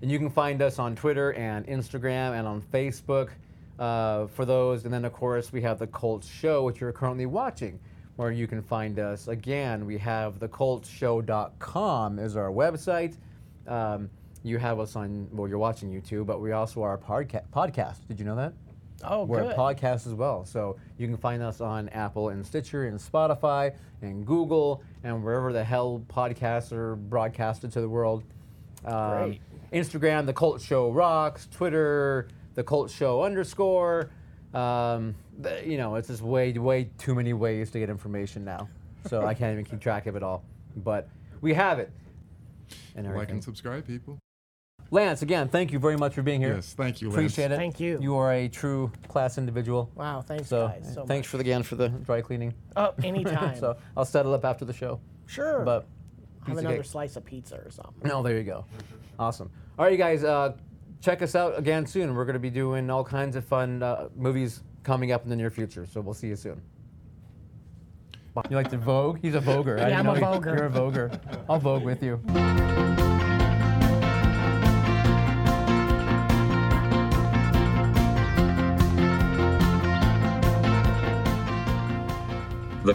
Speaker 2: and you can find us on Twitter and Instagram and on Facebook uh, for those. And then, of course, we have the Cult Show, which you're currently watching, where you can find us. Again, we have thecultshow.com is our website. Um, you have us on, well, you're watching YouTube, but we also are a podca- podcast. Did you know that?
Speaker 3: Oh,
Speaker 2: We're
Speaker 3: good.
Speaker 2: a podcast as well. So you can find us on Apple and Stitcher and Spotify and Google and wherever the hell podcasts are broadcasted to the world. Um,
Speaker 3: Great.
Speaker 2: Instagram, The Cult Show Rocks. Twitter, The Cult Show underscore. Um, th- you know, it's just way, way too many ways to get information now. So I can't even keep track of it all. But we have it. And
Speaker 1: Like
Speaker 2: everything.
Speaker 1: and subscribe, people.
Speaker 2: Lance, again, thank you very much for being here.
Speaker 1: Yes, thank you, Lance.
Speaker 2: Appreciate it.
Speaker 3: Thank you.
Speaker 2: You are a true class individual.
Speaker 3: Wow, thanks
Speaker 2: So,
Speaker 3: guys. So
Speaker 2: thanks
Speaker 3: much.
Speaker 2: for the, again for the dry cleaning. <laughs>
Speaker 3: Oh, anytime.
Speaker 2: so I'll settle up after the show.
Speaker 3: sure.
Speaker 2: But piece of
Speaker 3: have another
Speaker 2: cake.
Speaker 3: slice of pizza or something.
Speaker 2: No, there you go. Awesome. All right, you guys, uh, check us out again soon. We're going to be doing all kinds of fun uh, movies coming up in the near future. So we'll see you soon. You like to vogue? He's a voguer. I
Speaker 3: Yeah,
Speaker 2: didn't
Speaker 3: I'm a
Speaker 2: know you-
Speaker 3: voguer.
Speaker 2: You're a voguer. I'll vogue with you.
Speaker 7: The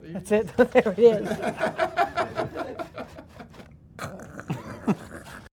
Speaker 3: That's it. <laughs> there it is.